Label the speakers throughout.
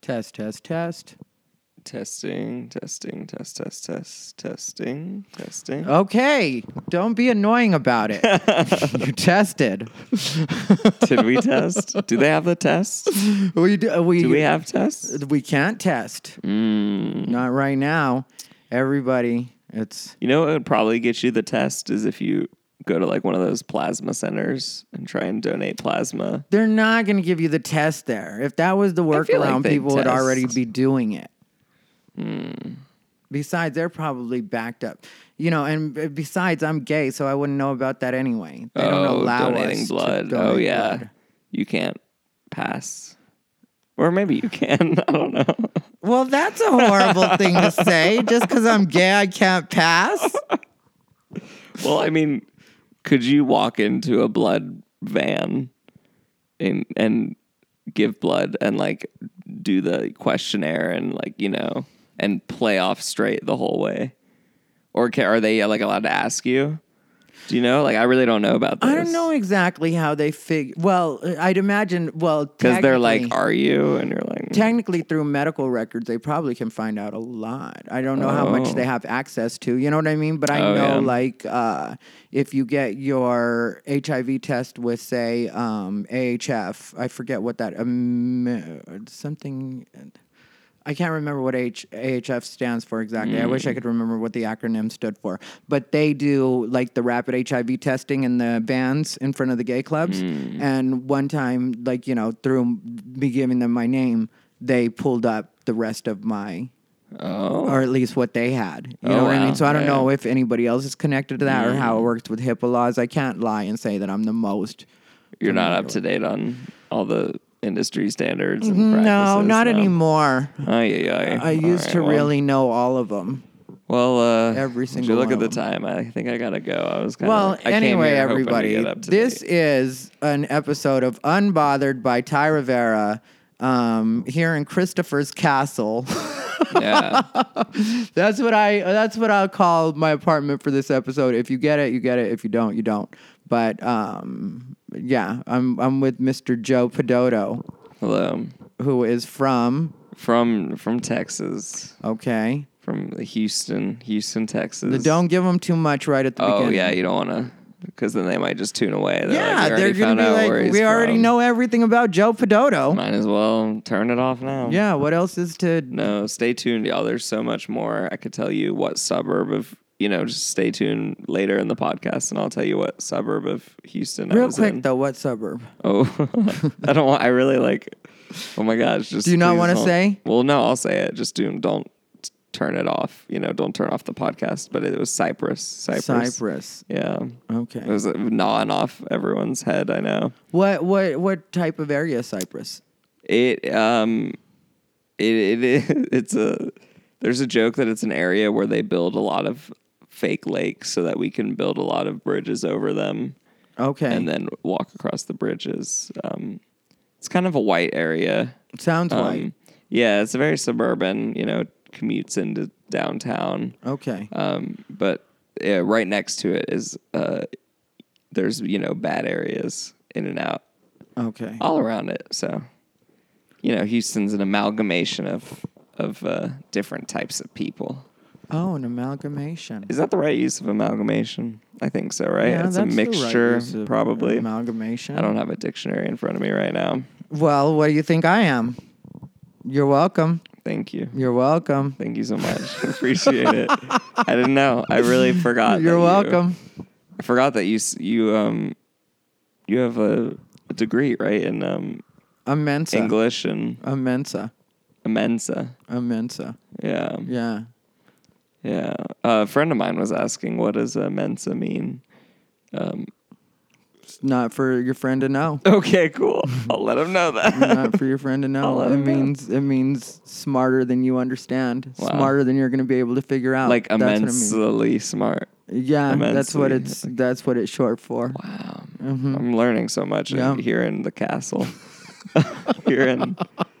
Speaker 1: Test, test, test.
Speaker 2: Testing, testing, test, test, test, testing, testing.
Speaker 1: Oh, Okay, don't be annoying about it. you tested.
Speaker 2: Did we test? Do they have the test?
Speaker 1: We do, uh, we,
Speaker 2: Do we have tests?
Speaker 1: we can't test.
Speaker 2: Mm.
Speaker 1: Not right now. Everybody, it's
Speaker 2: You know what would probably get you the test is if you go to like one of those plasma centers and try and donate plasma.
Speaker 1: they're not going to give you the test there. If that was the
Speaker 2: feel like
Speaker 1: workaround,
Speaker 2: they
Speaker 1: people would already
Speaker 2: test. Mm.
Speaker 1: be doing it. Besides, they're probably backed up, you know. And b- besides, I'm gay, so I wouldn't know about that anyway. They don't
Speaker 2: oh,
Speaker 1: allow
Speaker 2: donating
Speaker 1: us to
Speaker 2: blood. oh
Speaker 1: donate
Speaker 2: yeah.
Speaker 1: blood.
Speaker 2: You can't pass. Or maybe you can. I don't know.
Speaker 1: Well, that's a horrible thing to say. Just because I'm gay, I can't pass.
Speaker 2: Well, I mean, could you walk into a blood van and and give blood and like do the questionnaire and like you know and play off straight the whole way, or ca are they like allowed to ask you? Do you know? Like, I really don't know about this.
Speaker 1: I don't know exactly how they figure. Well, I'd imagine. Well,
Speaker 2: because they're like,
Speaker 1: technically-
Speaker 2: "Are you?" And you're like,
Speaker 1: technically through medical records they probably can find out a lot i don't know how much
Speaker 2: Oh.
Speaker 1: they have access to you know what i mean but i
Speaker 2: Oh,
Speaker 1: know
Speaker 2: yeah.
Speaker 1: like uh, if you get your hiv test with say um, ahf i forget what that um, something I can't remember what H- AHF stands for exactly. I
Speaker 2: Mm.
Speaker 1: wish I could remember what the acronym stood for. But they do like the rapid HIV testing in the vans in front of the gay clubs.
Speaker 2: Mm.
Speaker 1: And one time, like, you know, through m- me giving them my name, they pulled up the rest of my,
Speaker 2: "Oh,
Speaker 1: or at least what they had. You
Speaker 2: Oh,
Speaker 1: know what I
Speaker 2: wow.
Speaker 1: mean? So I don't
Speaker 2: Yeah. Mm.
Speaker 1: know if anybody else is connected to that or how it works with HIPAA laws. I can't lie and say that I'm the most.
Speaker 2: you're not up to date on all the industry standards." And
Speaker 1: No,
Speaker 2: practices
Speaker 1: not
Speaker 2: now.
Speaker 1: anymore.
Speaker 2: Ay, ay, ay.
Speaker 1: I
Speaker 2: All
Speaker 1: used
Speaker 2: right,
Speaker 1: to
Speaker 2: well.
Speaker 1: really know all of them.
Speaker 2: Well, uh,
Speaker 1: Every
Speaker 2: if
Speaker 1: single
Speaker 2: you look
Speaker 1: one
Speaker 2: at the
Speaker 1: of
Speaker 2: time. I think I gotta go. I was kind
Speaker 1: Well,
Speaker 2: of
Speaker 1: anyway, everybody, this is an episode of Unbothered by Ty Rivera um, here in Christopher's Castle.
Speaker 2: yeah,
Speaker 1: that's what I. That's what I'll call my apartment for this episode. If you get it, you get it. If you don't, you don't. But um, yeah, I'm I'm with Mr. Joe Pedoto,
Speaker 2: hello
Speaker 1: who is from
Speaker 2: from from Texas,
Speaker 1: okay.
Speaker 2: from Houston, Houston, Texas.
Speaker 1: The don't give him too much right at the
Speaker 2: Oh
Speaker 1: beginning.
Speaker 2: yeah, you don't wanna, because then they might just tune away. They're
Speaker 1: yeah,
Speaker 2: like, we
Speaker 1: they're
Speaker 2: already
Speaker 1: gonna
Speaker 2: found
Speaker 1: be
Speaker 2: out where
Speaker 1: like,
Speaker 2: he's
Speaker 1: we already
Speaker 2: from.
Speaker 1: know everything about Joe Pedoto.
Speaker 2: Might as well turn it off now.
Speaker 1: Yeah, what else is to
Speaker 2: No, stay tuned, y'all. There's so much more. I could tell you what suburb of you know. Just stay tuned later in the podcast, and I'll tell you what suburb of Houston. I
Speaker 1: Real
Speaker 2: was
Speaker 1: quick
Speaker 2: in.
Speaker 1: though, what suburb?
Speaker 2: Oh, I don't want. I really like. Oh my gosh! Just
Speaker 1: Do you not
Speaker 2: please
Speaker 1: wanna
Speaker 2: don't-
Speaker 1: say?
Speaker 2: Well, no, I'll say it. Just do. Don't t- turn it off. You know, don't turn off the podcast. But it was Cyprus. Cyprus.
Speaker 1: Cyprus.
Speaker 2: Yeah. It
Speaker 1: Okay.
Speaker 2: was uh, gnawing off everyone's head. I know.
Speaker 1: What what what type of area is Cyprus?
Speaker 2: It um, it it it's a. There's a joke that it's an area where they build a lot of fake lakes so that we can build a lot of bridges over them.
Speaker 1: Okay.
Speaker 2: and then walk across the bridges. Um, it's kind of a white area.
Speaker 1: Sounds
Speaker 2: Um,
Speaker 1: white.
Speaker 2: Yeah, it's a very suburban. You know, commutes into downtown.
Speaker 1: Okay.
Speaker 2: Um, but yeah, right next to it is uh, there's you know bad areas in and out
Speaker 1: Okay.
Speaker 2: all around it. So you know, Houston's an amalgamation of of uh, different types of people.
Speaker 1: Oh, an amalgamation.
Speaker 2: Is that the right use of amalgamation? I think so, right? it's a
Speaker 1: that's the right
Speaker 2: mixture,
Speaker 1: use of
Speaker 2: probably.
Speaker 1: Amalgamation.
Speaker 2: I don't have a dictionary in front of me right now.
Speaker 1: Well, what do you think I am? You're welcome.
Speaker 2: Thank you.
Speaker 1: You're welcome.
Speaker 2: Thank you so much. Appreciate it. I didn't know. I really forgot. that
Speaker 1: You're
Speaker 2: you-
Speaker 1: welcome.
Speaker 2: I forgot that you s- you um you have a, a degree right in um
Speaker 1: A Mensa.
Speaker 2: English and
Speaker 1: A Mensa.
Speaker 2: Mensa.
Speaker 1: A Mensa.
Speaker 2: Yeah,
Speaker 1: Yeah.
Speaker 2: yeah. a friend of mine was asking, "What does a Mensa mean?"
Speaker 1: It's not for your friend to know.
Speaker 2: Okay, cool. I'll let him know that.
Speaker 1: not for your friend to know.
Speaker 2: let
Speaker 1: It
Speaker 2: him know.
Speaker 1: means it means smarter than you understand,
Speaker 2: Wow.
Speaker 1: smarter than you're going to be able to figure out.
Speaker 2: like
Speaker 1: That's what it means.
Speaker 2: immensely smart.
Speaker 1: Yeah, that's what
Speaker 2: immensely.
Speaker 1: it's that's what it's short for.
Speaker 2: Wow, I'm learning so much
Speaker 1: Mm-hmm. Yeah.
Speaker 2: here in the castle. here in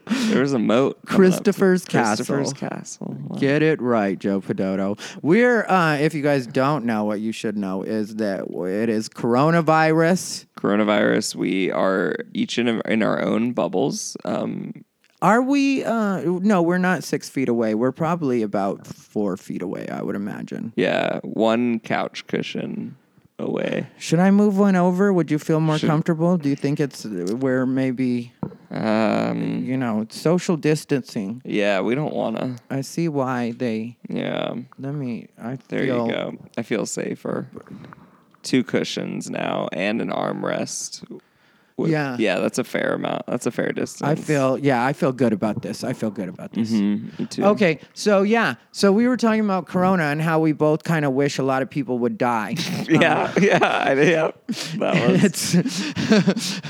Speaker 2: there was a moat. coming up to-
Speaker 1: Christopher's Castle.
Speaker 2: Christopher's Castle. Wow.
Speaker 1: Get it right, Joe Pedoto. We're uh, if you guys don't know, what you should know is that it is coronavirus.
Speaker 2: coronavirus. We are each in, in our own bubbles. Um,
Speaker 1: Are we? Uh, no, we're not six feet away. We're probably about four feet away. I would imagine.
Speaker 2: Yeah, one couch cushion away.
Speaker 1: Should I move one over? Would you feel more comfortable? Do you think it's uh, where maybe
Speaker 2: Um,
Speaker 1: you know social distancing?
Speaker 2: yeah, we don't want to.
Speaker 1: I see why they.
Speaker 2: Yeah,
Speaker 1: Let me. I
Speaker 2: there
Speaker 1: feel,
Speaker 2: you go. I feel safer. Two cushions now and an armrest. Would-
Speaker 1: Yeah.
Speaker 2: yeah, that's a fair amount. That's a fair distance.
Speaker 1: I feel. Yeah, I feel good about this. I feel good about this.
Speaker 2: Mm, me too.
Speaker 1: Okay, so yeah, so we were talking about Corona and how we both kind of wish a lot of people would die.
Speaker 2: Yeah, yeah, I- yeah. That was
Speaker 1: it's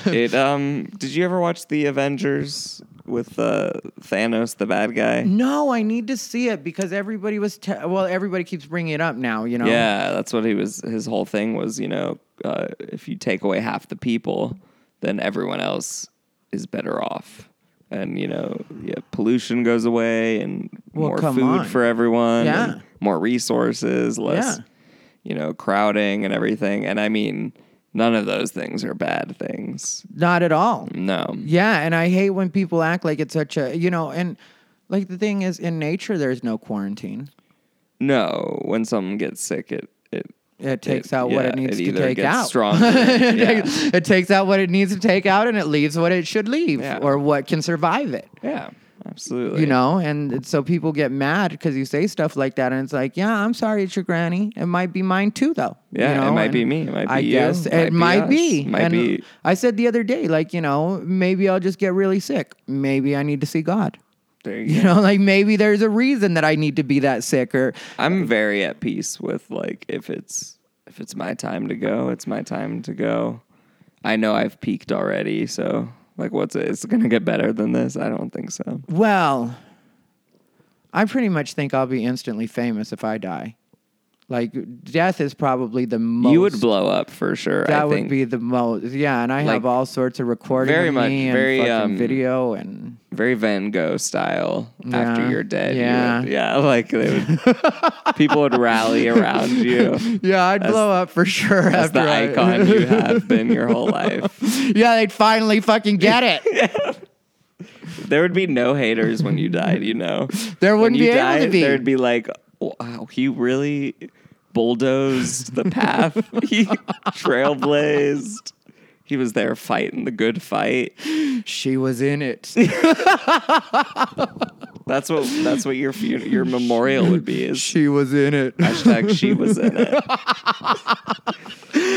Speaker 2: it. Um, did you ever watch the Avengers with uh, Thanos, the bad guy?
Speaker 1: no, I need to see it because everybody was te- well, everybody keeps bringing it up now. You know,
Speaker 2: Yeah, that's what he was. His whole thing was, you know, uh, if you take away half the people, then everyone else is better off, and you know, yeah, pollution goes away, and
Speaker 1: Well,
Speaker 2: more
Speaker 1: come
Speaker 2: food
Speaker 1: on.
Speaker 2: for everyone,
Speaker 1: Yeah.
Speaker 2: and more resources, less,
Speaker 1: Yeah.
Speaker 2: you know, crowding and everything. And I mean, none of those things are bad things.
Speaker 1: not at all.
Speaker 2: No.
Speaker 1: Yeah, and I hate when people act like it's such a you know, and like the thing is, in nature, there's no quarantine.
Speaker 2: No, when someone gets sick, it it
Speaker 1: It takes out what
Speaker 2: yeah,
Speaker 1: it needs to
Speaker 2: either
Speaker 1: take
Speaker 2: gets
Speaker 1: out.
Speaker 2: Stronger.
Speaker 1: It
Speaker 2: yeah.
Speaker 1: takes- It takes out what it needs to take out, and it leaves what it should leave,
Speaker 2: Yeah.
Speaker 1: or what can survive it.
Speaker 2: yeah, absolutely.
Speaker 1: you know and it's- so people get mad because you say stuff like that and it's like yeah i'm sorry it's your granny it might be mine too though
Speaker 2: Yeah,
Speaker 1: you
Speaker 2: it
Speaker 1: know?
Speaker 2: might
Speaker 1: and
Speaker 2: be me, it might be
Speaker 1: i
Speaker 2: you,
Speaker 1: guess
Speaker 2: it
Speaker 1: it
Speaker 2: might
Speaker 1: might
Speaker 2: be
Speaker 1: be,
Speaker 2: us, might
Speaker 1: and
Speaker 2: be-
Speaker 1: i said the other day like you know maybe i'll just get really sick maybe i need to see god
Speaker 2: There you
Speaker 1: you
Speaker 2: go.
Speaker 1: know like maybe there's a reason that i need to be that sick or
Speaker 2: I'm very at peace with like if it's if it's my time to go, it's my time to go. I know I've peaked already, so like, what's it? It's gonna get better than this? I don't think so.
Speaker 1: well i pretty much think i'll be instantly famous if i die like death is probably the most
Speaker 2: You would blow up for sure.
Speaker 1: That
Speaker 2: I
Speaker 1: would
Speaker 2: think.
Speaker 1: be the most. Yeah, and I
Speaker 2: Like,
Speaker 1: have all sorts of recording
Speaker 2: very
Speaker 1: of
Speaker 2: much-
Speaker 1: me and
Speaker 2: very,
Speaker 1: fucking
Speaker 2: um,
Speaker 1: video and
Speaker 2: very Van Gogh style.
Speaker 1: Yeah.
Speaker 2: After you're dead, you
Speaker 1: Yeah.
Speaker 2: would- yeah, like they would, people would rally around you.
Speaker 1: yeah, I'd blow up for sure
Speaker 2: That's
Speaker 1: after
Speaker 2: the
Speaker 1: I-
Speaker 2: icon you have been your whole life.
Speaker 1: yeah, they'd finally fucking get it.
Speaker 2: There would be no haters when you died, you know.
Speaker 1: There
Speaker 2: When
Speaker 1: wouldn't
Speaker 2: you
Speaker 1: be able to
Speaker 2: died,
Speaker 1: be.
Speaker 2: There'd be like, wow, he really bulldozed the path. he trailblazed. He was there fighting the good fight.
Speaker 1: she was in it.
Speaker 2: That's what. That's what your fun- your memorial would be. Is
Speaker 1: She was in it.
Speaker 2: hashtag she was in it.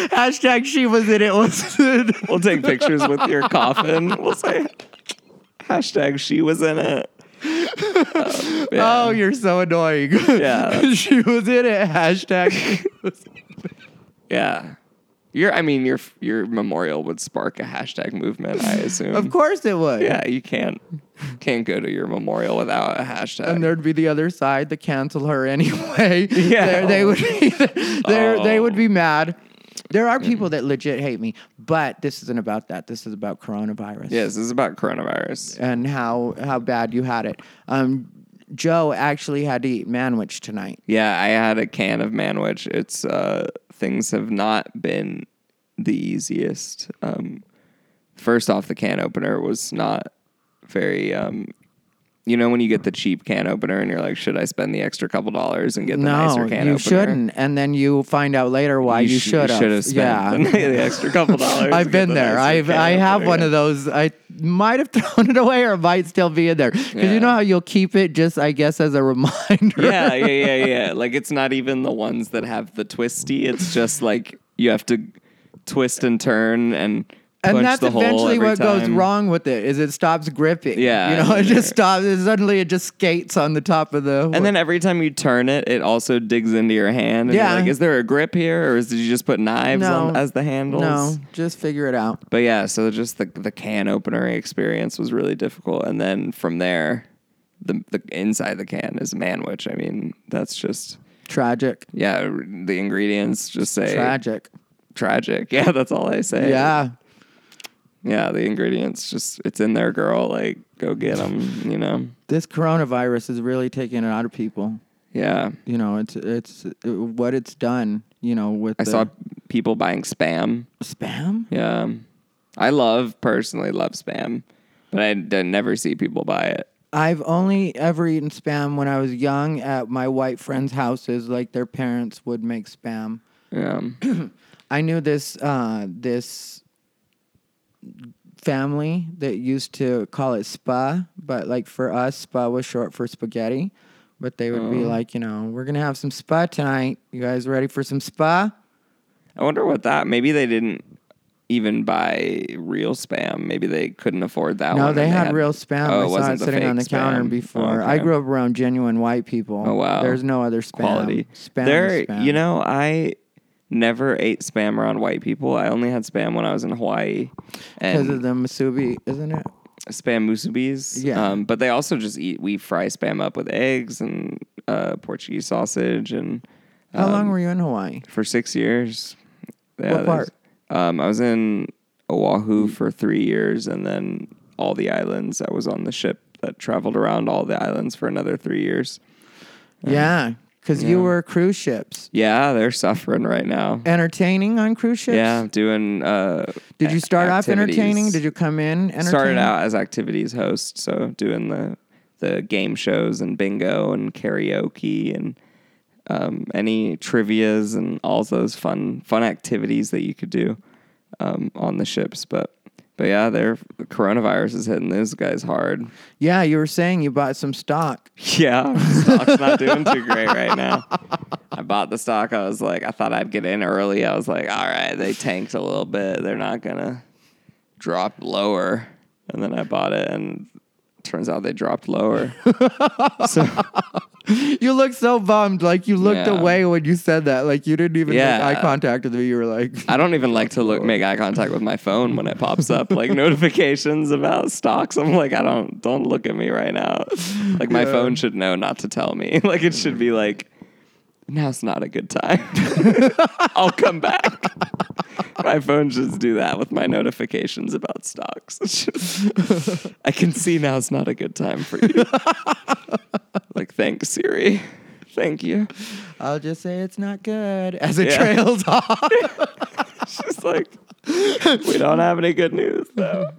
Speaker 1: Hashtag she was in it. Was
Speaker 2: We'll take pictures with your coffin. We'll say hashtag she was in it. Um, yeah.
Speaker 1: Oh, you're so annoying.
Speaker 2: Yeah.
Speaker 1: she was in it. Hashtag.
Speaker 2: Yeah. Your, I mean, your your memorial would spark a hashtag movement. I assume.
Speaker 1: of course it would.
Speaker 2: Yeah, you can't can't go to your memorial without a hashtag.
Speaker 1: and there'd be the other side to cancel her anyway.
Speaker 2: Yeah.
Speaker 1: They're- they would be they're- they would
Speaker 2: Oh.
Speaker 1: be mad. There
Speaker 2: Mm.
Speaker 1: are people that legit hate me, but this isn't about that. This is about coronavirus.
Speaker 2: yes, this is about coronavirus.
Speaker 1: And how how bad you had it. Um, Joe actually had to eat manwich tonight.
Speaker 2: Yeah, I had a can of manwich. It's uh, things have not been the easiest. Um, first off, the can opener was not very. Um, you know when you get the cheap can opener and you're like, should I spend the extra couple dollars and get the nicer
Speaker 1: no,
Speaker 2: can
Speaker 1: you
Speaker 2: opener?
Speaker 1: shouldn't. And then you find out later why you,
Speaker 2: sh-
Speaker 1: should have.
Speaker 2: should've spent
Speaker 1: Yeah.
Speaker 2: the extra couple dollars. to
Speaker 1: I've
Speaker 2: get
Speaker 1: been
Speaker 2: the
Speaker 1: there.
Speaker 2: nicer
Speaker 1: I've
Speaker 2: can
Speaker 1: I have
Speaker 2: opener.
Speaker 1: one of those. I might have thrown it away or it might still be in there. Because
Speaker 2: Yeah.
Speaker 1: you know how you'll keep it just I guess as a reminder.
Speaker 2: yeah, yeah, yeah, yeah. Like it's not even the ones that have the twisty. It's just like you have to twist and turn and
Speaker 1: and
Speaker 2: punch
Speaker 1: that's
Speaker 2: the hole
Speaker 1: eventually
Speaker 2: every
Speaker 1: what goes
Speaker 2: time.
Speaker 1: wrong with it is it stops gripping
Speaker 2: Yeah,
Speaker 1: you know it
Speaker 2: and
Speaker 1: just stops it suddenly it just skates on the top of the
Speaker 2: And then every time you turn it, it also digs into your hand. And you're
Speaker 1: Yeah.
Speaker 2: like, is there a grip here, or is, did you just put knives
Speaker 1: No.
Speaker 2: on, as the handles?
Speaker 1: no just figure it out
Speaker 2: But yeah, so just the the can opener experience was really difficult, and then from there, the the inside the can is manwich. I mean, that's just
Speaker 1: tragic
Speaker 2: yeah. The ingredients just say
Speaker 1: tragic
Speaker 2: tragic. Yeah, that's all I say.
Speaker 1: yeah
Speaker 2: yeah, the ingredients just it's in there, girl. Like, go get them. You know.
Speaker 1: this coronavirus is really taking it out of people
Speaker 2: Yeah,
Speaker 1: you know it's it's uh, what it's done you know with
Speaker 2: I
Speaker 1: the
Speaker 2: saw people buying spam.
Speaker 1: spam
Speaker 2: Yeah, I love personally love spam, but I d- never see people buy it.
Speaker 1: I've only ever eaten spam when I was young at my white friends' houses, like their parents would make spam.
Speaker 2: Um,
Speaker 1: I knew this uh, this family that used to call it spa, but like for us, spa was short for spaghetti. But they would be
Speaker 2: Oh.
Speaker 1: like, you know, we're gonna have some spa tonight. You guys ready for some spa?
Speaker 2: I wonder what that. Maybe they didn't even buy real spam. Maybe they couldn't afford that
Speaker 1: No,
Speaker 2: one.
Speaker 1: they
Speaker 2: and
Speaker 1: had, real spam.
Speaker 2: Oh,
Speaker 1: I
Speaker 2: it
Speaker 1: saw
Speaker 2: wasn't
Speaker 1: it
Speaker 2: the
Speaker 1: sitting on the
Speaker 2: fake
Speaker 1: counter
Speaker 2: spam.
Speaker 1: before.
Speaker 2: Okay.
Speaker 1: I grew up around genuine white people.
Speaker 2: Oh, wow.
Speaker 1: There's no other spam.
Speaker 2: quality.
Speaker 1: Spam.
Speaker 2: there,
Speaker 1: is spam.
Speaker 2: you know, I never ate spam around white people. I only had spam when I was in Hawaii,
Speaker 1: because of
Speaker 2: and
Speaker 1: the masubi, isn't it?
Speaker 2: spam musubis.
Speaker 1: Yeah.
Speaker 2: um, but they also just eat. We fry spam up with eggs and uh, Portuguese sausage, and
Speaker 1: How long were you in Hawaii?
Speaker 2: for six years. Yeah,
Speaker 1: What
Speaker 2: there's-
Speaker 1: part?
Speaker 2: Um, I was in Oahu for three years, and then all the islands. I was on the ship that traveled around all the islands for another three years.
Speaker 1: Yeah, because you were cruise ships.
Speaker 2: Yeah, they're suffering right now.
Speaker 1: Entertaining on cruise ships.
Speaker 2: Yeah, doing. Uh,
Speaker 1: Did you start
Speaker 2: activities.
Speaker 1: off entertaining? Did you come in entertaining?
Speaker 2: started out as activities host, so doing the the game shows and bingo and karaoke and um, any trivia's and all those fun fun activities that you could do um, on the ships. But but yeah, they're coronavirus is hitting those guys hard.
Speaker 1: Yeah, you were saying you bought some stock.
Speaker 2: Yeah, stock's not doing too great right now. I bought the stock. I was like, I thought I'd get in early. I was like, all right, they tanked a little bit. They're not gonna drop lower. And then I bought it, and turns out they dropped lower. so
Speaker 1: You looked so bummed, like you looked
Speaker 2: Yeah.
Speaker 1: away when you said that. Like you didn't even
Speaker 2: Yeah.
Speaker 1: make eye contact with me. You were like,
Speaker 2: I don't even like to look make eye contact with my phone when it pops up like notifications about stocks. I'm like, I don't don't look at me right now. Like my
Speaker 1: Yeah.
Speaker 2: phone should know not to tell me. Like it should be like, now's not a good time. I'll come back. my phone should do that with my notifications about stocks. It's just- I can see now's not a good time for you. like thanks, Siri. Thank you.
Speaker 1: I'll just say it's not good as it
Speaker 2: Yeah.
Speaker 1: trails off.
Speaker 2: She's like, we don't have any good news though.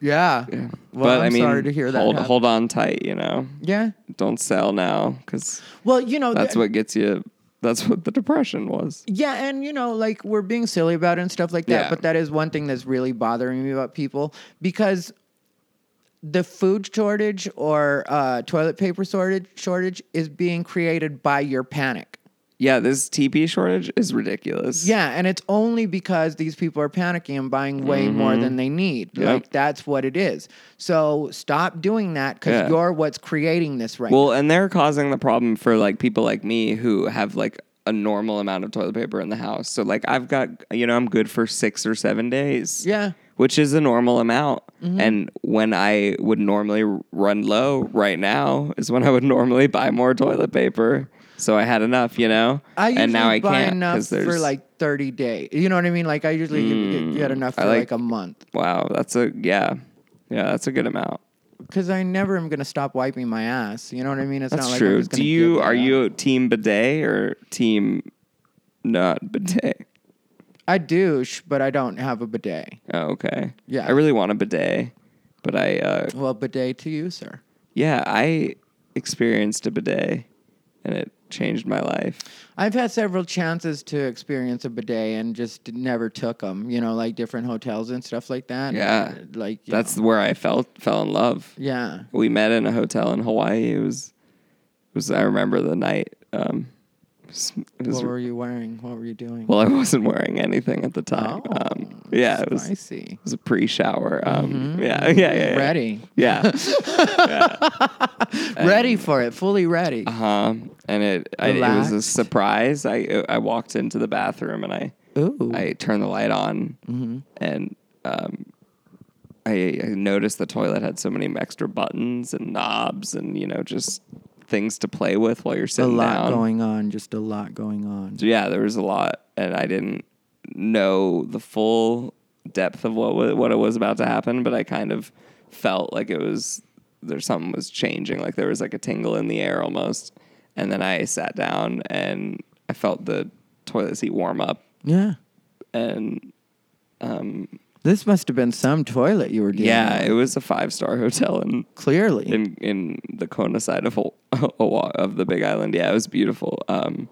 Speaker 1: yeah. Well,
Speaker 2: but
Speaker 1: I'm
Speaker 2: I mean,
Speaker 1: sorry to hear that.
Speaker 2: Hold,
Speaker 1: hap-
Speaker 2: hold on tight, you know.
Speaker 1: Yeah.
Speaker 2: Don't sell now because
Speaker 1: Well, you know,
Speaker 2: that's
Speaker 1: th-
Speaker 2: what gets you. That's what the depression was.
Speaker 1: Yeah, and you know, like we're being silly about it and stuff like that,
Speaker 2: Yeah.
Speaker 1: but that is one thing that's really bothering me about people because the food shortage or uh, toilet paper shortage shortage is being created by your panic.
Speaker 2: Yeah, this TP shortage is ridiculous.
Speaker 1: Yeah, and it's only because these people are panicking and buying way more than they need.
Speaker 2: Mm-hmm. Yep.
Speaker 1: Like that's what it is. So stop doing that because
Speaker 2: Yeah.
Speaker 1: you're what's creating this right
Speaker 2: Well, and they're causing the problem for like people like me who have like a normal amount of toilet paper in the house. So like I've got you know I'm good for six or seven days.
Speaker 1: Yeah.
Speaker 2: which is a normal amount.
Speaker 1: Mm-hmm.
Speaker 2: And when I would normally r- run low, right now is when I would normally buy more toilet paper. So I had enough, you know.
Speaker 1: I usually
Speaker 2: and now I
Speaker 1: buy
Speaker 2: can't
Speaker 1: enough
Speaker 2: 'cause there's- Mm,
Speaker 1: for like thirty days. You know what I mean? Like I usually get- get enough
Speaker 2: I
Speaker 1: for like,
Speaker 2: like-
Speaker 1: a month
Speaker 2: wow, that's a yeah, yeah, that's a good amount.
Speaker 1: because I never am gonna stop wiping my ass. You know what I mean? It's
Speaker 2: That's
Speaker 1: not like I'm
Speaker 2: true.
Speaker 1: just gonna
Speaker 2: Do you
Speaker 1: give
Speaker 2: are
Speaker 1: that up.
Speaker 2: you team bidet or team not bidet?
Speaker 1: I douche, but I don't have a bidet.
Speaker 2: Oh, okay.
Speaker 1: Yeah.
Speaker 2: I really want a bidet, but I uh
Speaker 1: Well, bidet to you, sir.
Speaker 2: yeah, I experienced a bidet and it changed my life.
Speaker 1: I've had several chances to experience a bidet and just never took them. You know, like different hotels and stuff like that.
Speaker 2: Yeah.
Speaker 1: like you
Speaker 2: That's
Speaker 1: know.
Speaker 2: where I felt fell in love.
Speaker 1: yeah.
Speaker 2: We met in a hotel in Hawaii. It was it was I remember the night um it was- it was-
Speaker 1: What were you wearing? What were you doing?
Speaker 2: well, I wasn't wearing anything at the time.
Speaker 1: Oh,
Speaker 2: um, yeah, it was, it
Speaker 1: spicy. Mm-hmm.
Speaker 2: was a pre-shower. Um, yeah, yeah, yeah, yeah.
Speaker 1: Ready,
Speaker 2: Yeah.
Speaker 1: ready for it, fully ready.
Speaker 2: Uh-huh. And it I, it was a
Speaker 1: Relaxed.
Speaker 2: surprise. I I walked into the bathroom and I
Speaker 1: Ooh,
Speaker 2: I turned the light on
Speaker 1: Mm-hmm.
Speaker 2: and um I, I noticed the toilet had so many extra buttons and knobs and you know just things to play with while you're
Speaker 1: a
Speaker 2: sitting
Speaker 1: lot
Speaker 2: down.
Speaker 1: going on, just a lot going on.
Speaker 2: So, yeah, there was a lot, and I didn't know the full depth of what wa- what it was about to happen, but I kind of felt like it was there's something was changing, like there was like a tingle in the air almost. And then I sat down and I felt the toilet seat warm up,
Speaker 1: Yeah.
Speaker 2: and
Speaker 1: This must have been some toilet you were dealing
Speaker 2: Yeah,
Speaker 1: with,
Speaker 2: it was a five star hotel in
Speaker 1: clearly.
Speaker 2: in in the Kona side of Haw- Hawa- of the Big Island. Yeah, it was beautiful. Um,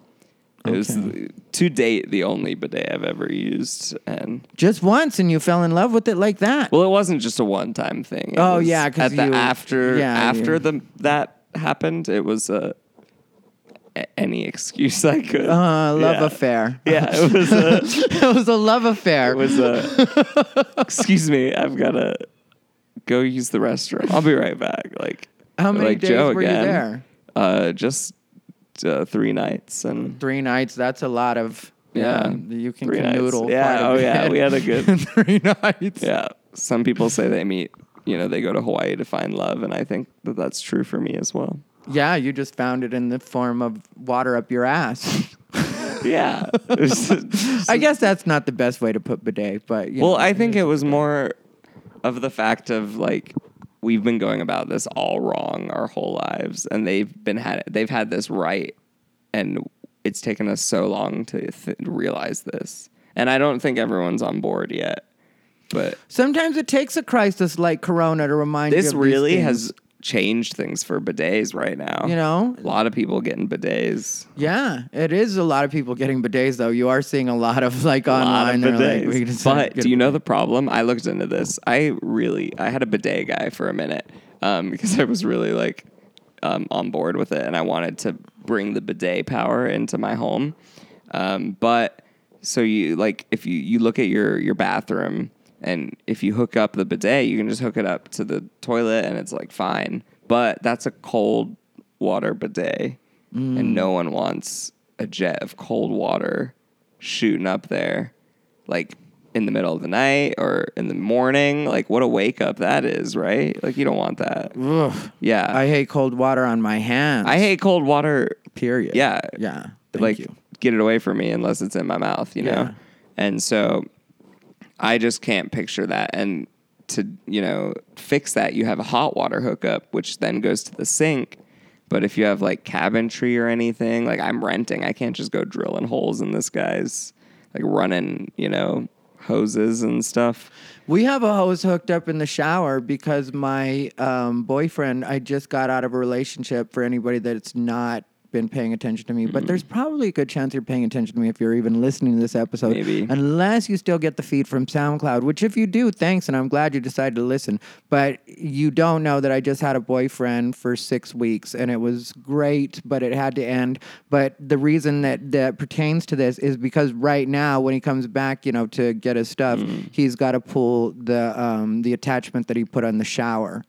Speaker 2: it was
Speaker 1: Okay.
Speaker 2: to date the only bidet I've ever used, and
Speaker 1: Just once, and you fell in love with it like that.
Speaker 2: well, it wasn't just a one time thing. It
Speaker 1: Oh,
Speaker 2: was
Speaker 1: yeah, 'cause
Speaker 2: at the
Speaker 1: you-
Speaker 2: after
Speaker 1: yeah,
Speaker 2: after
Speaker 1: yeah.
Speaker 2: the that happened, it was uh, a, any excuse I could.
Speaker 1: uh, love
Speaker 2: yeah.
Speaker 1: affair.
Speaker 2: Yeah, it was a
Speaker 1: it was a love affair.
Speaker 2: it was a. excuse me, I've gotta go use the restroom. I'll be right back. Like
Speaker 1: How many
Speaker 2: like
Speaker 1: days
Speaker 2: Joe
Speaker 1: were you
Speaker 2: again.
Speaker 1: there?
Speaker 2: Uh, just uh, three nights and
Speaker 1: three nights. That's a lot of yeah.
Speaker 2: Yeah.
Speaker 1: you can
Speaker 2: Three nights.
Speaker 1: canoodle.
Speaker 2: Yeah,
Speaker 1: Quite a
Speaker 2: oh, yeah,
Speaker 1: bit
Speaker 2: we had a
Speaker 1: in
Speaker 2: good-
Speaker 1: three nights.
Speaker 2: yeah. Some people say they meet. You know, they go to Hawaii to find love, and I think that that's true for me as well.
Speaker 1: Yeah, you just found it in the form of water up your ass.
Speaker 2: Yeah.
Speaker 1: I guess that's not the best way to put bidet, but you
Speaker 2: well,
Speaker 1: know,
Speaker 2: I think it was more of the fact of like we've been going about this all wrong our whole lives, and they've been had they've had this right, and it's taken us so long to th- realize this. And I don't think everyone's on board yet, but
Speaker 1: sometimes it takes a crisis like Corona to remind you.
Speaker 2: this
Speaker 1: of these
Speaker 2: really
Speaker 1: things,
Speaker 2: has changed things for bidets right now.
Speaker 1: You know?
Speaker 2: a lot of people getting bidets.
Speaker 1: Yeah, it is a lot of people getting bidets though. You are seeing a lot of like
Speaker 2: A lot
Speaker 1: online.
Speaker 2: of
Speaker 1: they're
Speaker 2: bidets.
Speaker 1: like, we just
Speaker 2: but
Speaker 1: get-
Speaker 2: do you know the problem? I looked into this. I really, I had a bidet guy for a minute um, because I was really like um, on board with it, and I wanted to bring the bidet power into my home. Um, but so you like if you you look at your your bathroom, and if you hook up the bidet, you can just hook it up to the toilet, and it's like fine. But that's a cold water bidet, and no one wants a jet of cold water shooting up there like in the middle of the night or in the morning. Like what a wake up that is, right? Like you don't want that.
Speaker 1: Ugh.
Speaker 2: Yeah.
Speaker 1: I hate cold water on my hands.
Speaker 2: I hate cold water.
Speaker 1: period.
Speaker 2: Yeah.
Speaker 1: yeah. Thank
Speaker 2: like
Speaker 1: you.
Speaker 2: get it away from me unless it's in my mouth, you know.
Speaker 1: Yeah.
Speaker 2: And so I just can't picture that and to, you know, fix that you have a hot water hookup which then goes to the sink. But if you have like cabinetry or anything, like I'm renting, I can't just go drilling holes in this guy's like running, you know, hoses and stuff.
Speaker 1: We have a hose hooked up in the shower because my um, boyfriend, I just got out of a relationship for anybody that's not been paying attention to me,
Speaker 2: Mm-hmm.
Speaker 1: but there's probably a good chance you're paying attention to me if you're even listening to this episode.
Speaker 2: Maybe.
Speaker 1: Unless you still get the feed from SoundCloud, which if you do, thanks, and I'm glad you decided to listen. But you don't know that I just had a boyfriend for six weeks and it was great, but it had to end. But the reason that that pertains to this is because right now, when he comes back, you know, to get his stuff, he's got to pull the um, the attachment that he put on the shower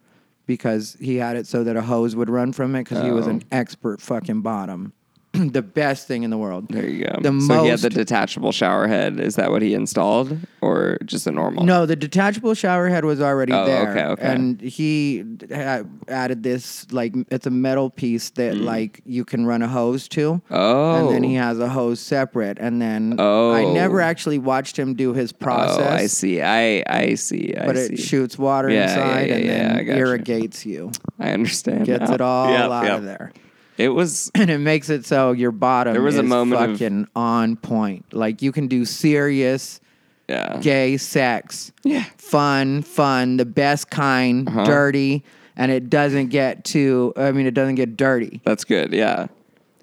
Speaker 1: because he had it so that a hose would run from it because he was an expert fucking bottom. the best thing in the world.
Speaker 2: There you go.
Speaker 1: The
Speaker 2: so he had
Speaker 1: most
Speaker 2: the detachable shower head. Is that what he installed or just a normal?
Speaker 1: No, the detachable shower head was already
Speaker 2: Oh,
Speaker 1: there.
Speaker 2: okay, okay.
Speaker 1: And he d- ha- added this like it's a metal piece that like you can run a hose to.
Speaker 2: Mm. Oh.
Speaker 1: And then he has a hose separate and then I
Speaker 2: Oh.
Speaker 1: never actually watched him do his process.
Speaker 2: Oh, I see. I I see. I
Speaker 1: But
Speaker 2: see.
Speaker 1: it shoots water
Speaker 2: Yeah,
Speaker 1: inside
Speaker 2: yeah,
Speaker 1: and
Speaker 2: yeah,
Speaker 1: then
Speaker 2: I gotcha.
Speaker 1: irrigates you.
Speaker 2: I understand.
Speaker 1: Gets
Speaker 2: now.
Speaker 1: it all
Speaker 2: Yep,
Speaker 1: out
Speaker 2: yep.
Speaker 1: of there.
Speaker 2: It was
Speaker 1: And it makes it so your bottom
Speaker 2: There was a
Speaker 1: is
Speaker 2: moment of-
Speaker 1: fucking on point. Like you can do serious
Speaker 2: yeah.
Speaker 1: gay sex.
Speaker 2: Yeah.
Speaker 1: Fun, fun, the best kind,
Speaker 2: Uh-huh.
Speaker 1: dirty, and it doesn't get too I mean it doesn't get dirty.
Speaker 2: That's good. Yeah.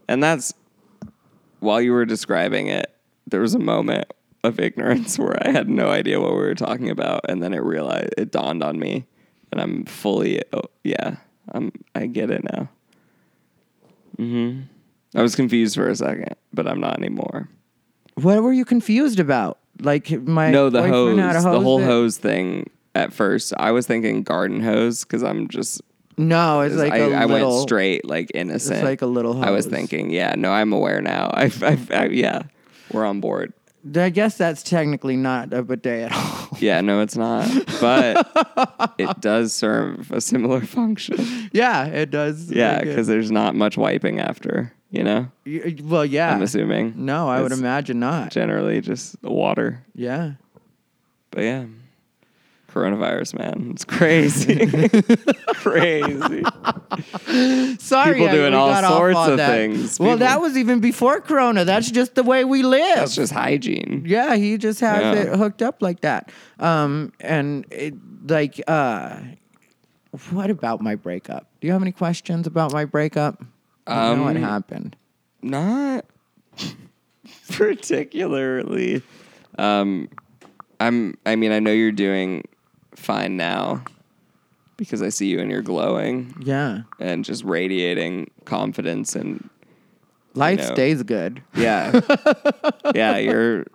Speaker 2: And that's while you were describing it, there was a moment of ignorance where I had no idea what we were talking about and then it realized it dawned on me and I'm fully oh, yeah. I'm I get it now. Mhm. I was confused for a second, but I'm not anymore.
Speaker 1: What were you confused about? Like my
Speaker 2: No, the hose,
Speaker 1: boyfriend had a hose
Speaker 2: the whole
Speaker 1: that-
Speaker 2: hose thing. At first, I was thinking garden hose because I'm just
Speaker 1: No, it's like
Speaker 2: I
Speaker 1: a
Speaker 2: I
Speaker 1: little
Speaker 2: went straight like innocent.
Speaker 1: like a little
Speaker 2: I was
Speaker 1: hose.
Speaker 2: thinking, yeah, no, I'm aware now. I, I, I yeah, we're on board.
Speaker 1: I guess that's technically not a bidet at all.
Speaker 2: Yeah, no, it's not, but it does serve a similar function.
Speaker 1: yeah, it does.
Speaker 2: Yeah,
Speaker 1: Like it-
Speaker 2: because there's not much wiping after. You know,
Speaker 1: y- well, yeah.
Speaker 2: I'm assuming.
Speaker 1: Ah, no, I would
Speaker 2: It's
Speaker 1: imagine not.
Speaker 2: Generally, just water.
Speaker 1: Yeah.
Speaker 2: But yeah, Coronavirus, man. It's crazy. crazy.
Speaker 1: Sorry,
Speaker 2: People
Speaker 1: I-
Speaker 2: doing
Speaker 1: we
Speaker 2: all
Speaker 1: got
Speaker 2: sorts
Speaker 1: off on
Speaker 2: of
Speaker 1: that.
Speaker 2: things.
Speaker 1: Well,
Speaker 2: People-
Speaker 1: that was even before Corona. That's just the way we live.
Speaker 2: That's just hygiene.
Speaker 1: yeah, he just has
Speaker 2: Yeah.
Speaker 1: it hooked up like that. Um, and it, like, uh, what about my breakup? Do you have any questions about my breakup? I know what
Speaker 2: Um,
Speaker 1: happened.
Speaker 2: Not particularly. Um, I'm. I mean, I know you're doing fine now because I see you and you're glowing
Speaker 1: Yeah,
Speaker 2: and just radiating confidence and
Speaker 1: life
Speaker 2: know.
Speaker 1: stays good.
Speaker 2: yeah, yeah. You're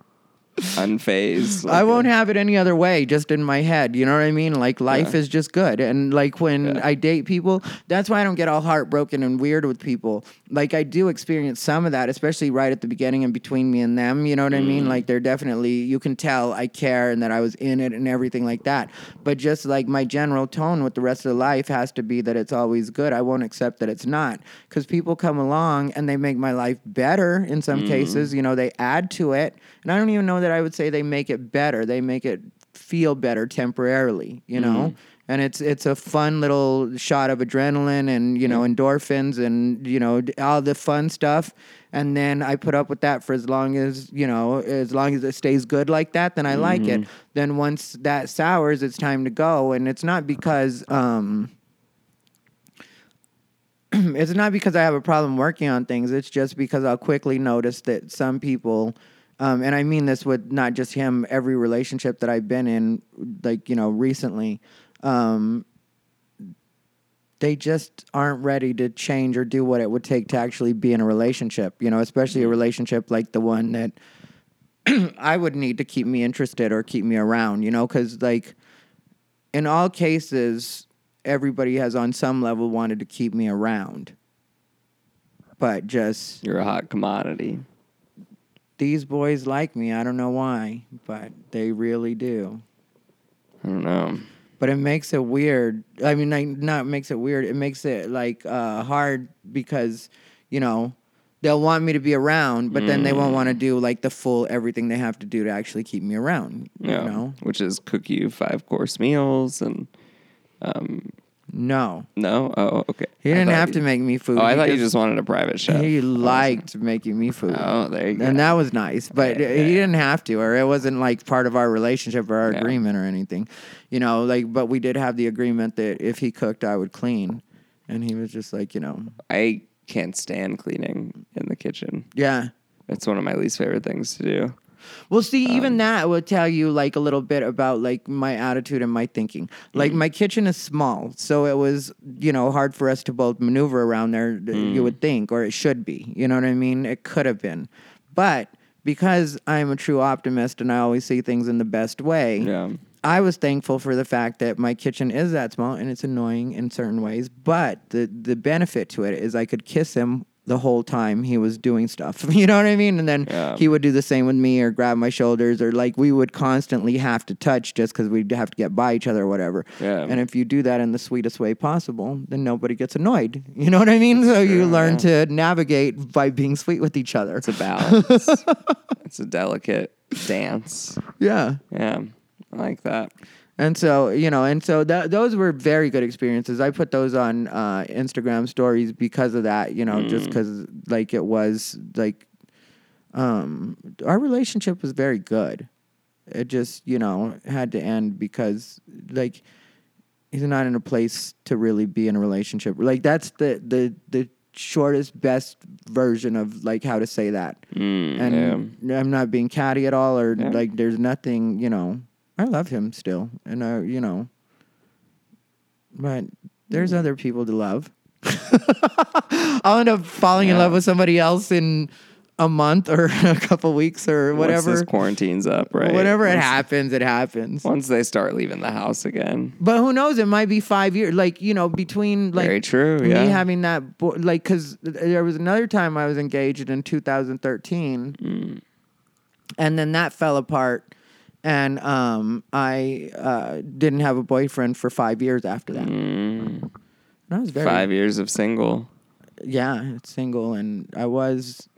Speaker 2: unfazed.
Speaker 1: I
Speaker 2: like
Speaker 1: won't
Speaker 2: a-
Speaker 1: have it any other way, just in my head. You know what I mean? Like life
Speaker 2: Yeah.
Speaker 1: is just good. And like when I date people, that's why I don't get all heartbroken and weird with people. Like I do experience some of that, especially right at the beginning and between me and them. You know what I mean? Like they're definitely you can tell I care and that I was in it and everything like that. But just like my general tone with the rest of life has to be that it's always good. I won't accept that it's not. Because people come along and they make my life better in some cases. You know, they add to it. And I don't even know that I would say they make it better. They make it feel better temporarily, you know? And it's it's a fun little shot of adrenaline and you know endorphins and you know d- all the fun stuff. And then I put up with that for as long as you know as long as it stays good like that, then I like it. Then once that sours, it's time to go. And it's not because um, it's not because I have a problem working on things. It's just because I'll quickly notice that some people, um, and I mean this with not just him, every relationship that I've been in, like, you know, recently, um, they just aren't ready to change or do what it would take to actually be in a relationship, you know, especially a relationship like the one that I would need to keep me interested or keep me around, you know, because like in all cases, everybody has on some level wanted to keep me around. But just
Speaker 2: You're a hot commodity.
Speaker 1: these boys like me. I don't know why, but they really do.
Speaker 2: I don't know.
Speaker 1: But it makes it weird. I mean, like, not makes it weird. It makes it like uh, hard because, you know, they'll want me to be around, but then they won't want to
Speaker 2: Mm.
Speaker 1: do like the full everything they have to do to actually keep me around.
Speaker 2: Yeah.
Speaker 1: You know?
Speaker 2: Which is cook you five course meals and
Speaker 1: No.
Speaker 2: no. Oh, okay.
Speaker 1: He
Speaker 2: I
Speaker 1: didn't
Speaker 2: thought
Speaker 1: have
Speaker 2: you-
Speaker 1: to make me food.
Speaker 2: Oh, I
Speaker 1: He
Speaker 2: thought you just wanted a private chef.
Speaker 1: He
Speaker 2: Oh,
Speaker 1: liked making me food.
Speaker 2: Oh, there you go.
Speaker 1: And that was nice, but
Speaker 2: Yeah,
Speaker 1: he
Speaker 2: yeah.
Speaker 1: didn't have to, or it wasn't like part of our relationship or our
Speaker 2: Yeah.
Speaker 1: agreement or anything, you know. Like, but we did have the agreement that if he cooked, I would clean, and he was just like, you know,
Speaker 2: I can't stand cleaning in the kitchen.
Speaker 1: yeah.
Speaker 2: That's one of my least favorite things to do.
Speaker 1: Well, see, even
Speaker 2: Um,
Speaker 1: that will tell you like a little bit about like my attitude and my thinking. Like
Speaker 2: Mm-hmm.
Speaker 1: my kitchen is small, so it was you know hard for us to both maneuver around there. th-
Speaker 2: Mm.
Speaker 1: You would think, or it should be. You know what I mean? It could have been, but because I'm a true optimist and I always see things in the best way.
Speaker 2: Yeah.
Speaker 1: I was thankful for the fact that my kitchen is that small and it's annoying in certain ways, but the the benefit to it is I could kiss him the whole time he was doing stuff. You know what I mean? And then
Speaker 2: Yeah.
Speaker 1: he would do the same with me or grab my shoulders or like we would constantly have to touch just cuz we'd have to get by each other or whatever.
Speaker 2: Yeah.
Speaker 1: And if you do that in the sweetest way possible, then nobody gets annoyed. You know what I mean? So you learn to navigate by being sweet with each other.
Speaker 2: It's a balance. it's a delicate dance.
Speaker 1: Yeah.
Speaker 2: Yeah. I like that.
Speaker 1: And so, you know, and so that those were very good experiences. I put those on uh, Instagram stories because of that, you know, just 'cause just because like it was like um, our relationship was very good. It just, you know, had to end because like he's not in a place to really be in a relationship. Like that's the the the shortest best version of like how to say that.
Speaker 2: Mm,
Speaker 1: And I'm not being catty at all, or
Speaker 2: Yeah.
Speaker 1: like there's nothing, you know. I love him still, and I, you know, but there's
Speaker 2: Mm.
Speaker 1: other people to love. I'll end up falling in
Speaker 2: Yeah.
Speaker 1: love with somebody else in a month or a couple weeks or
Speaker 2: yeah. Once
Speaker 1: whatever.
Speaker 2: this quarantine's up, right?
Speaker 1: Whatever it
Speaker 2: Once-
Speaker 1: happens, it happens.
Speaker 2: Once they start leaving the house again.
Speaker 1: But who knows? It might be five years. Like you know, between like
Speaker 2: Very true.
Speaker 1: me
Speaker 2: Yeah.
Speaker 1: having that bo- like because there was another time I was engaged in 2013,
Speaker 2: Mm.
Speaker 1: and then that fell apart, and um, I uh, didn't have a boyfriend for five years after that.
Speaker 2: Mm,
Speaker 1: And I was very
Speaker 2: five years of single.
Speaker 1: yeah single, and I was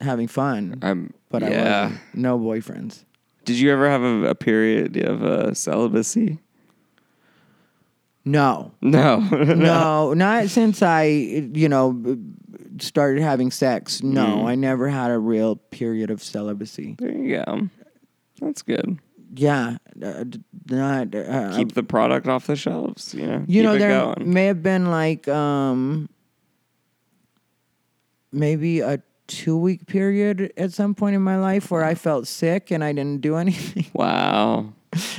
Speaker 1: having fun,
Speaker 2: I'm.
Speaker 1: but I
Speaker 2: yeah.
Speaker 1: wasn't no boyfriends.
Speaker 2: Did you ever have a, a period of uh, celibacy?
Speaker 1: No,
Speaker 2: No.
Speaker 1: no, not since I, you know, b- started having sex. No,
Speaker 2: Mm.
Speaker 1: I never had a real period of celibacy.
Speaker 2: There you go. That's good.
Speaker 1: Yeah, uh, d- not. Uh,
Speaker 2: Keep the product off the shelves. You know.
Speaker 1: you
Speaker 2: Keep
Speaker 1: know,
Speaker 2: it
Speaker 1: there
Speaker 2: going.
Speaker 1: may have been like um, maybe a two week period at some point in my life where I felt sick and I didn't do anything.
Speaker 2: Wow.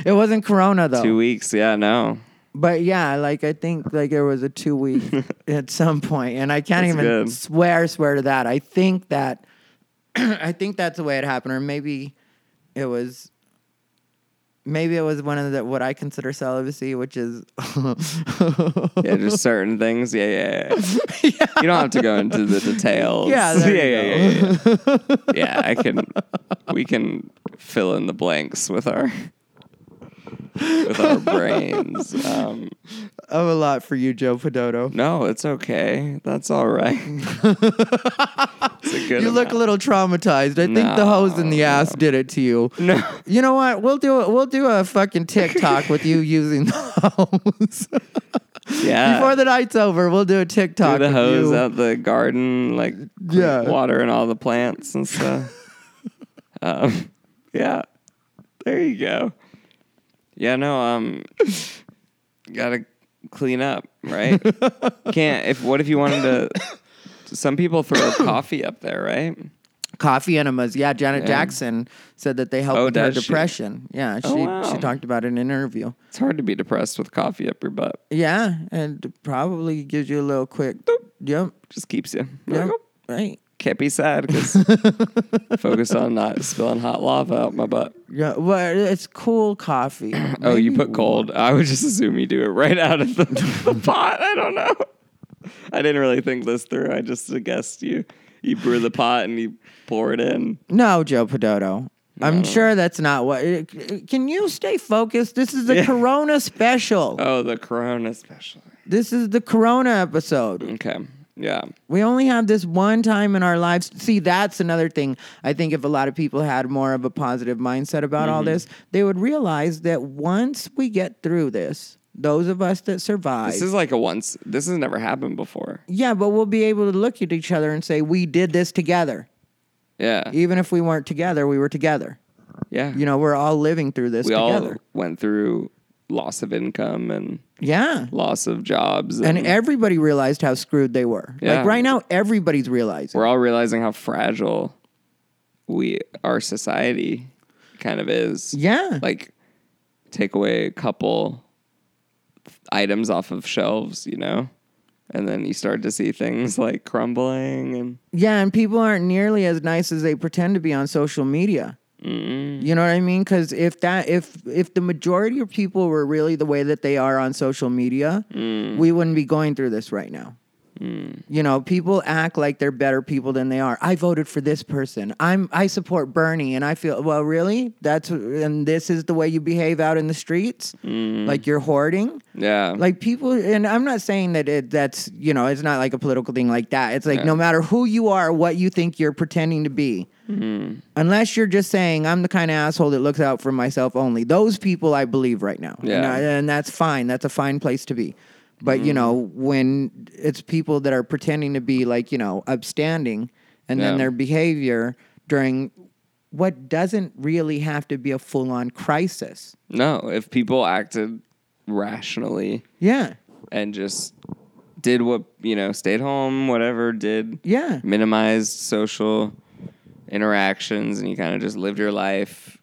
Speaker 1: it wasn't Corona though.
Speaker 2: Two weeks. Yeah. No.
Speaker 1: But yeah, like I think like there was a two week at some point, and I can't
Speaker 2: That's
Speaker 1: even
Speaker 2: good.
Speaker 1: swear swear to that. I think that I think that's the way it happened, or maybe it was maybe it was one of the what I consider celibacy, which is
Speaker 2: Yeah. Just certain things. Yeah. Yeah. yeah. You don't have to go into the details.
Speaker 1: Yeah, there
Speaker 2: yeah,
Speaker 1: you
Speaker 2: yeah, yeah, yeah, yeah. Yeah, I can. We can fill in the blanks with our with our brains. Um,
Speaker 1: of a lot for you, Joe Podoto.
Speaker 2: no, it's okay. That's all right. It's a good
Speaker 1: You look a
Speaker 2: amount.
Speaker 1: little traumatized. I think the hose in the
Speaker 2: No,
Speaker 1: ass did it to you.
Speaker 2: no.
Speaker 1: You know what? We'll do it. We'll do a fucking TikTok with you using the hose.
Speaker 2: Uh, Yeah.
Speaker 1: Before the night's over, we'll do a TikTok.
Speaker 2: Do the
Speaker 1: of
Speaker 2: hose
Speaker 1: you.
Speaker 2: out the garden, like
Speaker 1: Yeah.
Speaker 2: watering all the plants and stuff. um, yeah, there you go. Yeah, no, um, gotta clean up, right? Can't if what if you wanted to? Some people throw coffee up there, right?
Speaker 1: Coffee enemas. Yeah, Janet Jackson said that they help
Speaker 2: Oh,
Speaker 1: with her
Speaker 2: does she?
Speaker 1: depression. Yeah, she
Speaker 2: Oh, wow.
Speaker 1: she talked about it in an interview.
Speaker 2: It's hard to be depressed with coffee up your butt.
Speaker 1: Yeah, and probably gives you a little quick. Yep.
Speaker 2: Just keeps you.
Speaker 1: Yep. Right.
Speaker 2: Can't be sad because focus on not spilling hot lava out my butt.
Speaker 1: Yeah. Well, it's cool coffee.
Speaker 2: Oh, you
Speaker 1: Maybe-
Speaker 2: put cold. I would just assume you do it right out of the, the pot. I don't know. I didn't really think this through. I just guessed you you brew the pot and you pour it in.
Speaker 1: No, Joe Podoto. I'm sure that's not what. eh, Can you stay focused? This is the
Speaker 2: Yeah.
Speaker 1: Corona special.
Speaker 2: Oh, the Corona special.
Speaker 1: This is the Corona episode.
Speaker 2: Okay. Yeah.
Speaker 1: We only have this one time in our lives. See, that's another thing. I think if a lot of people had more of a positive mindset about
Speaker 2: Mm-hmm.
Speaker 1: all this, they would realize that once we get through this, those of us that survive,
Speaker 2: This is like a once. This has never happened before.
Speaker 1: yeah, but we'll be able to look at each other and say, we did this together.
Speaker 2: Yeah.
Speaker 1: Even if we weren't together, we were together.
Speaker 2: Yeah.
Speaker 1: You know, we're all living through this
Speaker 2: we all
Speaker 1: together.
Speaker 2: went through loss of income and
Speaker 1: yeah.
Speaker 2: loss of jobs. And,
Speaker 1: And everybody realized how screwed they were.
Speaker 2: Yeah.
Speaker 1: Like right now, everybody's realizing.
Speaker 2: we're all realizing how fragile we our society kind of is.
Speaker 1: yeah.
Speaker 2: like take away a couple items off of shelves, you know? And then you start to see things like crumbling and
Speaker 1: Yeah, and people aren't nearly as nice as they pretend to be on social media. You know what I mean? Because if that, if if the majority of people were really the way that they are on social media,
Speaker 2: Mm.
Speaker 1: we wouldn't be going through this right now. You know, people act like they're better people than they are. I voted for this person. I'm I support Bernie, and I feel well. Really, that's and this is the way you behave out in the streets,
Speaker 2: Mm.
Speaker 1: like you're hoarding
Speaker 2: yeah.
Speaker 1: like people and i'm not saying that it that's you know it's not like a political thing like that it's like no matter who you are what you think you're pretending to be
Speaker 2: Mm-hmm.
Speaker 1: unless you're just saying i'm the kind of asshole that looks out for myself only those people i believe right now and,
Speaker 2: Yeah. Mm.
Speaker 1: I- and that's fine that's a fine place to be but you know when it's people that are pretending to be like you know upstanding and then
Speaker 2: Yeah.
Speaker 1: their behavior during what doesn't really have to be a full-on crisis
Speaker 2: no, if people acted rationally
Speaker 1: yeah
Speaker 2: and just did what, you know, stayed home, whatever, did
Speaker 1: yeah
Speaker 2: minimized social interactions and you kind of just lived your life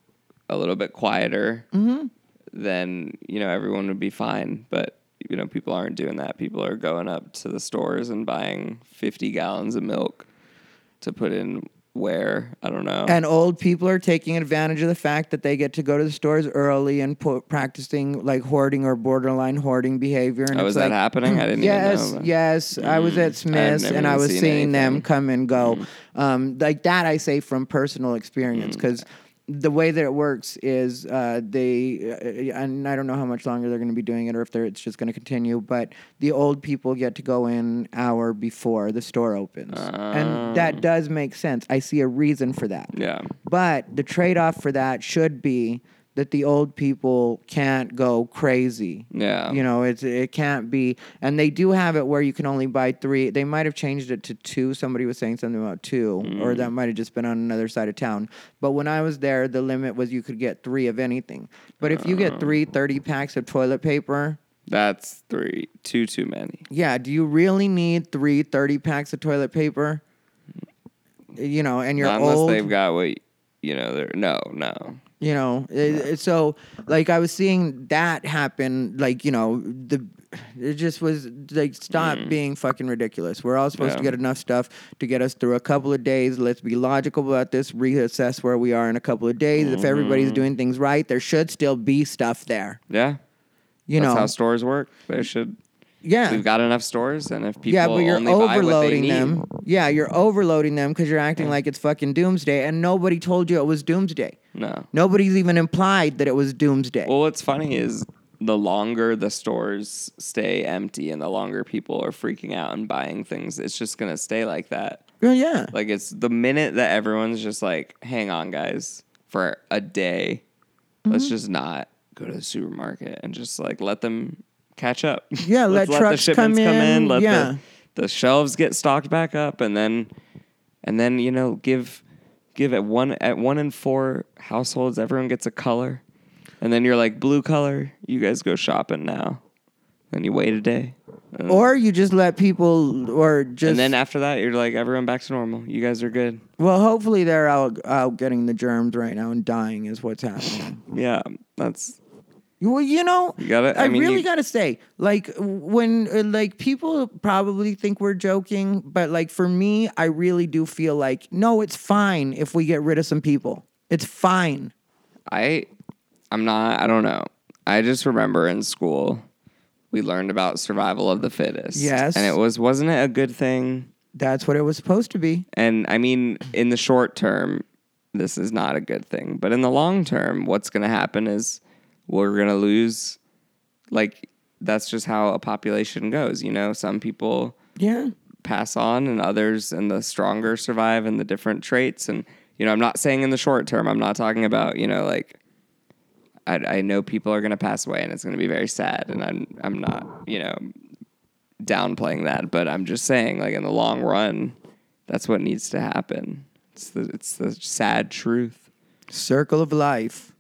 Speaker 2: a little bit quieter,
Speaker 1: Mm-hmm.
Speaker 2: then you know everyone would be fine. But you know people aren't doing that. People are going up to the stores and buying fifty gallons of milk to put in where I don't know.
Speaker 1: And old people are taking advantage of the fact that they get to go to the stores early and put, practicing like hoarding or borderline hoarding behavior. And
Speaker 2: oh,
Speaker 1: it's
Speaker 2: is
Speaker 1: like,
Speaker 2: that happening? I didn't
Speaker 1: Yes,
Speaker 2: even know. that.
Speaker 1: yes. I was at Smith's
Speaker 2: never
Speaker 1: and I
Speaker 2: even
Speaker 1: was
Speaker 2: seen
Speaker 1: seeing them
Speaker 2: anything. Mm.
Speaker 1: come and go. Um, like that, I say from personal experience because the way that it works is uh, they, uh, and I don't know how much longer they're going to be doing it or if they're, it's just going to continue, but the old people get to go in hour before the store opens. and
Speaker 2: Oh.
Speaker 1: that does make sense. I see a reason for that.
Speaker 2: Yeah.
Speaker 1: But the trade off for that should be that the old people can't go crazy.
Speaker 2: Yeah.
Speaker 1: You know, it's it can't be and they do have it where you can only buy 3. They might have changed it to 2. Somebody was saying something about 2 or that might have just been on another side of town. But when I was there, the limit was you could get 3 of anything. But if you get three 30 packs of toilet paper,
Speaker 2: That's three, two too many.
Speaker 1: yeah, do you really need three 30 packs of toilet paper? You know, and you're
Speaker 2: Unless
Speaker 1: old.
Speaker 2: they've got what you know. They're no, no.
Speaker 1: you know it, it- so like i was seeing that happen like you know the it just was like stop being fucking ridiculous we're all supposed to
Speaker 2: Hmm. Yeah.
Speaker 1: get enough stuff to get us through a couple of days let's be logical about this reassess where we are in a couple of days if
Speaker 2: Mm-hmm.
Speaker 1: everybody's doing things right there should still be stuff there
Speaker 2: Yeah.
Speaker 1: you
Speaker 2: That's
Speaker 1: know
Speaker 2: how stores work. They should.
Speaker 1: yeah
Speaker 2: We've got enough stores, and if people
Speaker 1: yeah, but you're
Speaker 2: only buy what they
Speaker 1: overloading
Speaker 2: need, Hmm.
Speaker 1: them. Yeah, you're overloading them because you're acting like it's fucking doomsday, and nobody told you it was doomsday.
Speaker 2: no.
Speaker 1: Nobody's even implied that it was doomsday.
Speaker 2: Well, what's funny is the longer the stores stay empty, and the longer people are freaking out and buying things, it's just gonna stay like that.
Speaker 1: Yeah, yeah.
Speaker 2: Like it's the minute that everyone's just like, hang on, guys, for a day. Let's
Speaker 1: Mm-hmm.
Speaker 2: just not go to the supermarket and just like let them catch up.
Speaker 1: Yeah,
Speaker 2: Let's
Speaker 1: let trucks come in,
Speaker 2: let
Speaker 1: yeah.
Speaker 2: the, the shelves get stocked back up and then and then, you know, give give at one at one in four households, everyone gets a color. And then you're like, blue color, you guys go shopping now. Then you wait a day. And
Speaker 1: Or you just let people, or just.
Speaker 2: Mm-hmm. and then after that, you're like, everyone back to normal. You guys are good.
Speaker 1: well, hopefully they're out, out getting the germs right now and dying is what's happening.
Speaker 2: Yeah, that's
Speaker 1: well, you know,
Speaker 2: You gotta- I mean,
Speaker 1: really
Speaker 2: you-
Speaker 1: gotta say, like when, uh, like people probably think we're joking, but like for me, I really do feel like no, it's fine if we get rid of some people. It's fine.
Speaker 2: I I'm not I don't know. I just remember in school we learned about survival of the fittest.
Speaker 1: Yes.
Speaker 2: And it was wasn't it a good thing?
Speaker 1: That's what it was supposed to be.
Speaker 2: And I mean in the short term this is not a good thing, but in the long term what's going to happen is we're going to lose like that's just how a population goes, you know. Some people
Speaker 1: Yeah.
Speaker 2: pass on and others and the stronger survive and the different traits and you know i'm not saying in the short term i'm not talking about you know like i, I know people are going to pass away and it's going to be very sad and i'm i'm not you know downplaying that but i'm just saying like in the long run that's what needs to happen it's the it's the sad truth
Speaker 1: Circle of life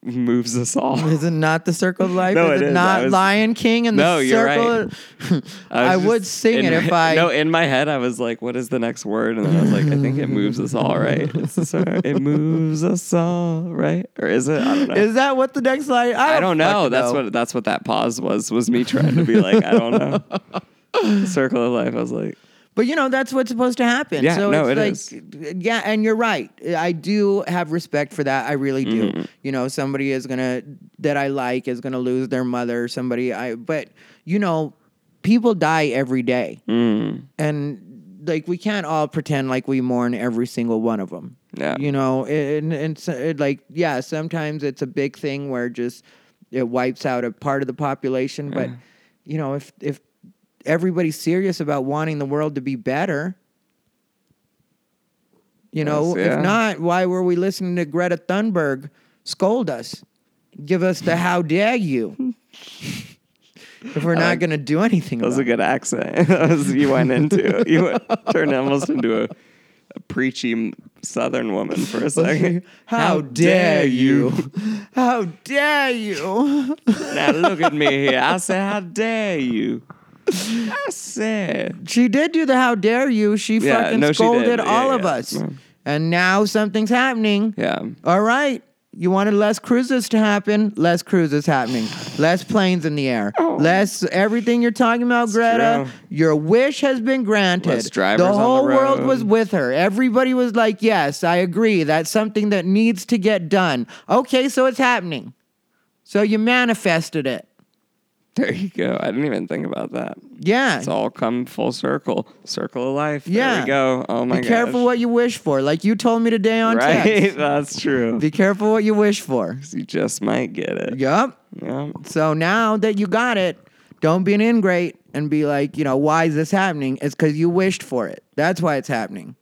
Speaker 2: moves us all
Speaker 1: is it not the circle of life?
Speaker 2: No,
Speaker 1: is
Speaker 2: it
Speaker 1: it,
Speaker 2: is.
Speaker 1: not
Speaker 2: I was-
Speaker 1: Lion King and
Speaker 2: No,
Speaker 1: the
Speaker 2: you're
Speaker 1: circle?
Speaker 2: right.
Speaker 1: of-
Speaker 2: was
Speaker 1: I,
Speaker 2: just-
Speaker 1: would sing
Speaker 2: in
Speaker 1: it if
Speaker 2: my-
Speaker 1: I
Speaker 2: no in my head I was like, what is the next word? And then I was like, I think it moves us all right. It's the sor- it moves us all right, or is it? I don't know.
Speaker 1: Is that what the next line? I don't,
Speaker 2: I don't know.
Speaker 1: fucking
Speaker 2: That's what that's what that pause was. Was me trying to be like, I don't know. Circle of life. I was like,
Speaker 1: But you know, that's what's supposed to happen.
Speaker 2: Yeah,
Speaker 1: so
Speaker 2: no, it
Speaker 1: it's like, yeah, and you're right. I do have respect for that. I really do.
Speaker 2: Mm-hmm.
Speaker 1: You know, somebody is gonna that I like is gonna lose their mother. Somebody I, but you know, people die every day, and like we can't all pretend like we mourn every single one of them.
Speaker 2: Yeah.
Speaker 1: you know, and and so, it, like yeah, sometimes it's a big thing where just it wipes out a part of the population, but you know, if if everybody's serious about wanting the world to be better. You know,
Speaker 2: Yes, yeah.
Speaker 1: if not, why were we listening to Greta Thunberg scold us? Give us the how dare you. if we're not
Speaker 2: like-
Speaker 1: going to do anything
Speaker 2: that was
Speaker 1: about
Speaker 2: a good accent. That was- you went into you went, turned almost into a, a preachy Southern woman for a second.
Speaker 1: it. How dare you? How dare you?
Speaker 2: Now look at me here. I said, how dare you? I said.
Speaker 1: she did do the how dare you. She
Speaker 2: Yeah,
Speaker 1: fucking
Speaker 2: no, she
Speaker 1: scolded
Speaker 2: did. Yeah,
Speaker 1: all of
Speaker 2: yeah.
Speaker 1: us.
Speaker 2: Yeah.
Speaker 1: And now something's happening.
Speaker 2: Yeah.
Speaker 1: All right. You wanted less cruises to happen, less cruises happening, less planes in the air, less everything you're talking about, Greta.
Speaker 2: Oh. true.
Speaker 1: Your wish has been granted.
Speaker 2: Less drivers
Speaker 1: the
Speaker 2: on the
Speaker 1: whole world
Speaker 2: road.
Speaker 1: was with her. Everybody was like, "Yes, I agree. That's something that needs to get done." Okay, so it's happening. So you manifested it.
Speaker 2: There you go. I didn't even think about that.
Speaker 1: Yeah.
Speaker 2: It's all come full circle. Circle of life. There
Speaker 1: Yeah.
Speaker 2: we go. Oh my
Speaker 1: Be
Speaker 2: god.
Speaker 1: careful what you wish for. Like you told me today on
Speaker 2: Right?
Speaker 1: text.
Speaker 2: That's true.
Speaker 1: Be careful what you wish for.
Speaker 2: You just might get it.
Speaker 1: Yup.
Speaker 2: Yeah.
Speaker 1: So now that you got it, don't be an ingrate and be
Speaker 2: Mm.
Speaker 1: like, you know, why is this happening? It's because you wished for it. That's why it's happening.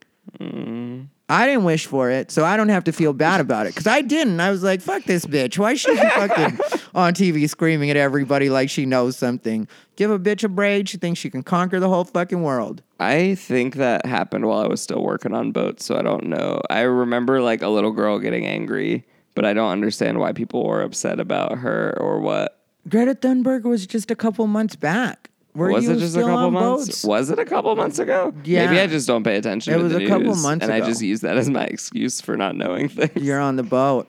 Speaker 1: I didn't wish for it, so I don't have to feel bad about it because I didn't. I was like, "Fuck this bitch! Why is she fucking on TV screaming at everybody like she knows something? Give a bitch a braid. She thinks she can conquer the whole fucking world."
Speaker 2: I think that happened while I was still working on boats, so I don't know. I remember like a little girl getting angry, but I don't understand why people were upset about her or what.
Speaker 1: Greta Thunberg was just a couple months back. Were
Speaker 2: was
Speaker 1: you
Speaker 2: it just a
Speaker 1: still
Speaker 2: couple
Speaker 1: on
Speaker 2: months?
Speaker 1: boats?
Speaker 2: Was it a couple months ago?
Speaker 1: Yeah.
Speaker 2: Maybe I just don't pay attention.
Speaker 1: It
Speaker 2: to
Speaker 1: was
Speaker 2: the
Speaker 1: a couple
Speaker 2: news,
Speaker 1: months
Speaker 2: and I
Speaker 1: ago.
Speaker 2: just use that as my excuse for not knowing things.
Speaker 1: You're on the boat.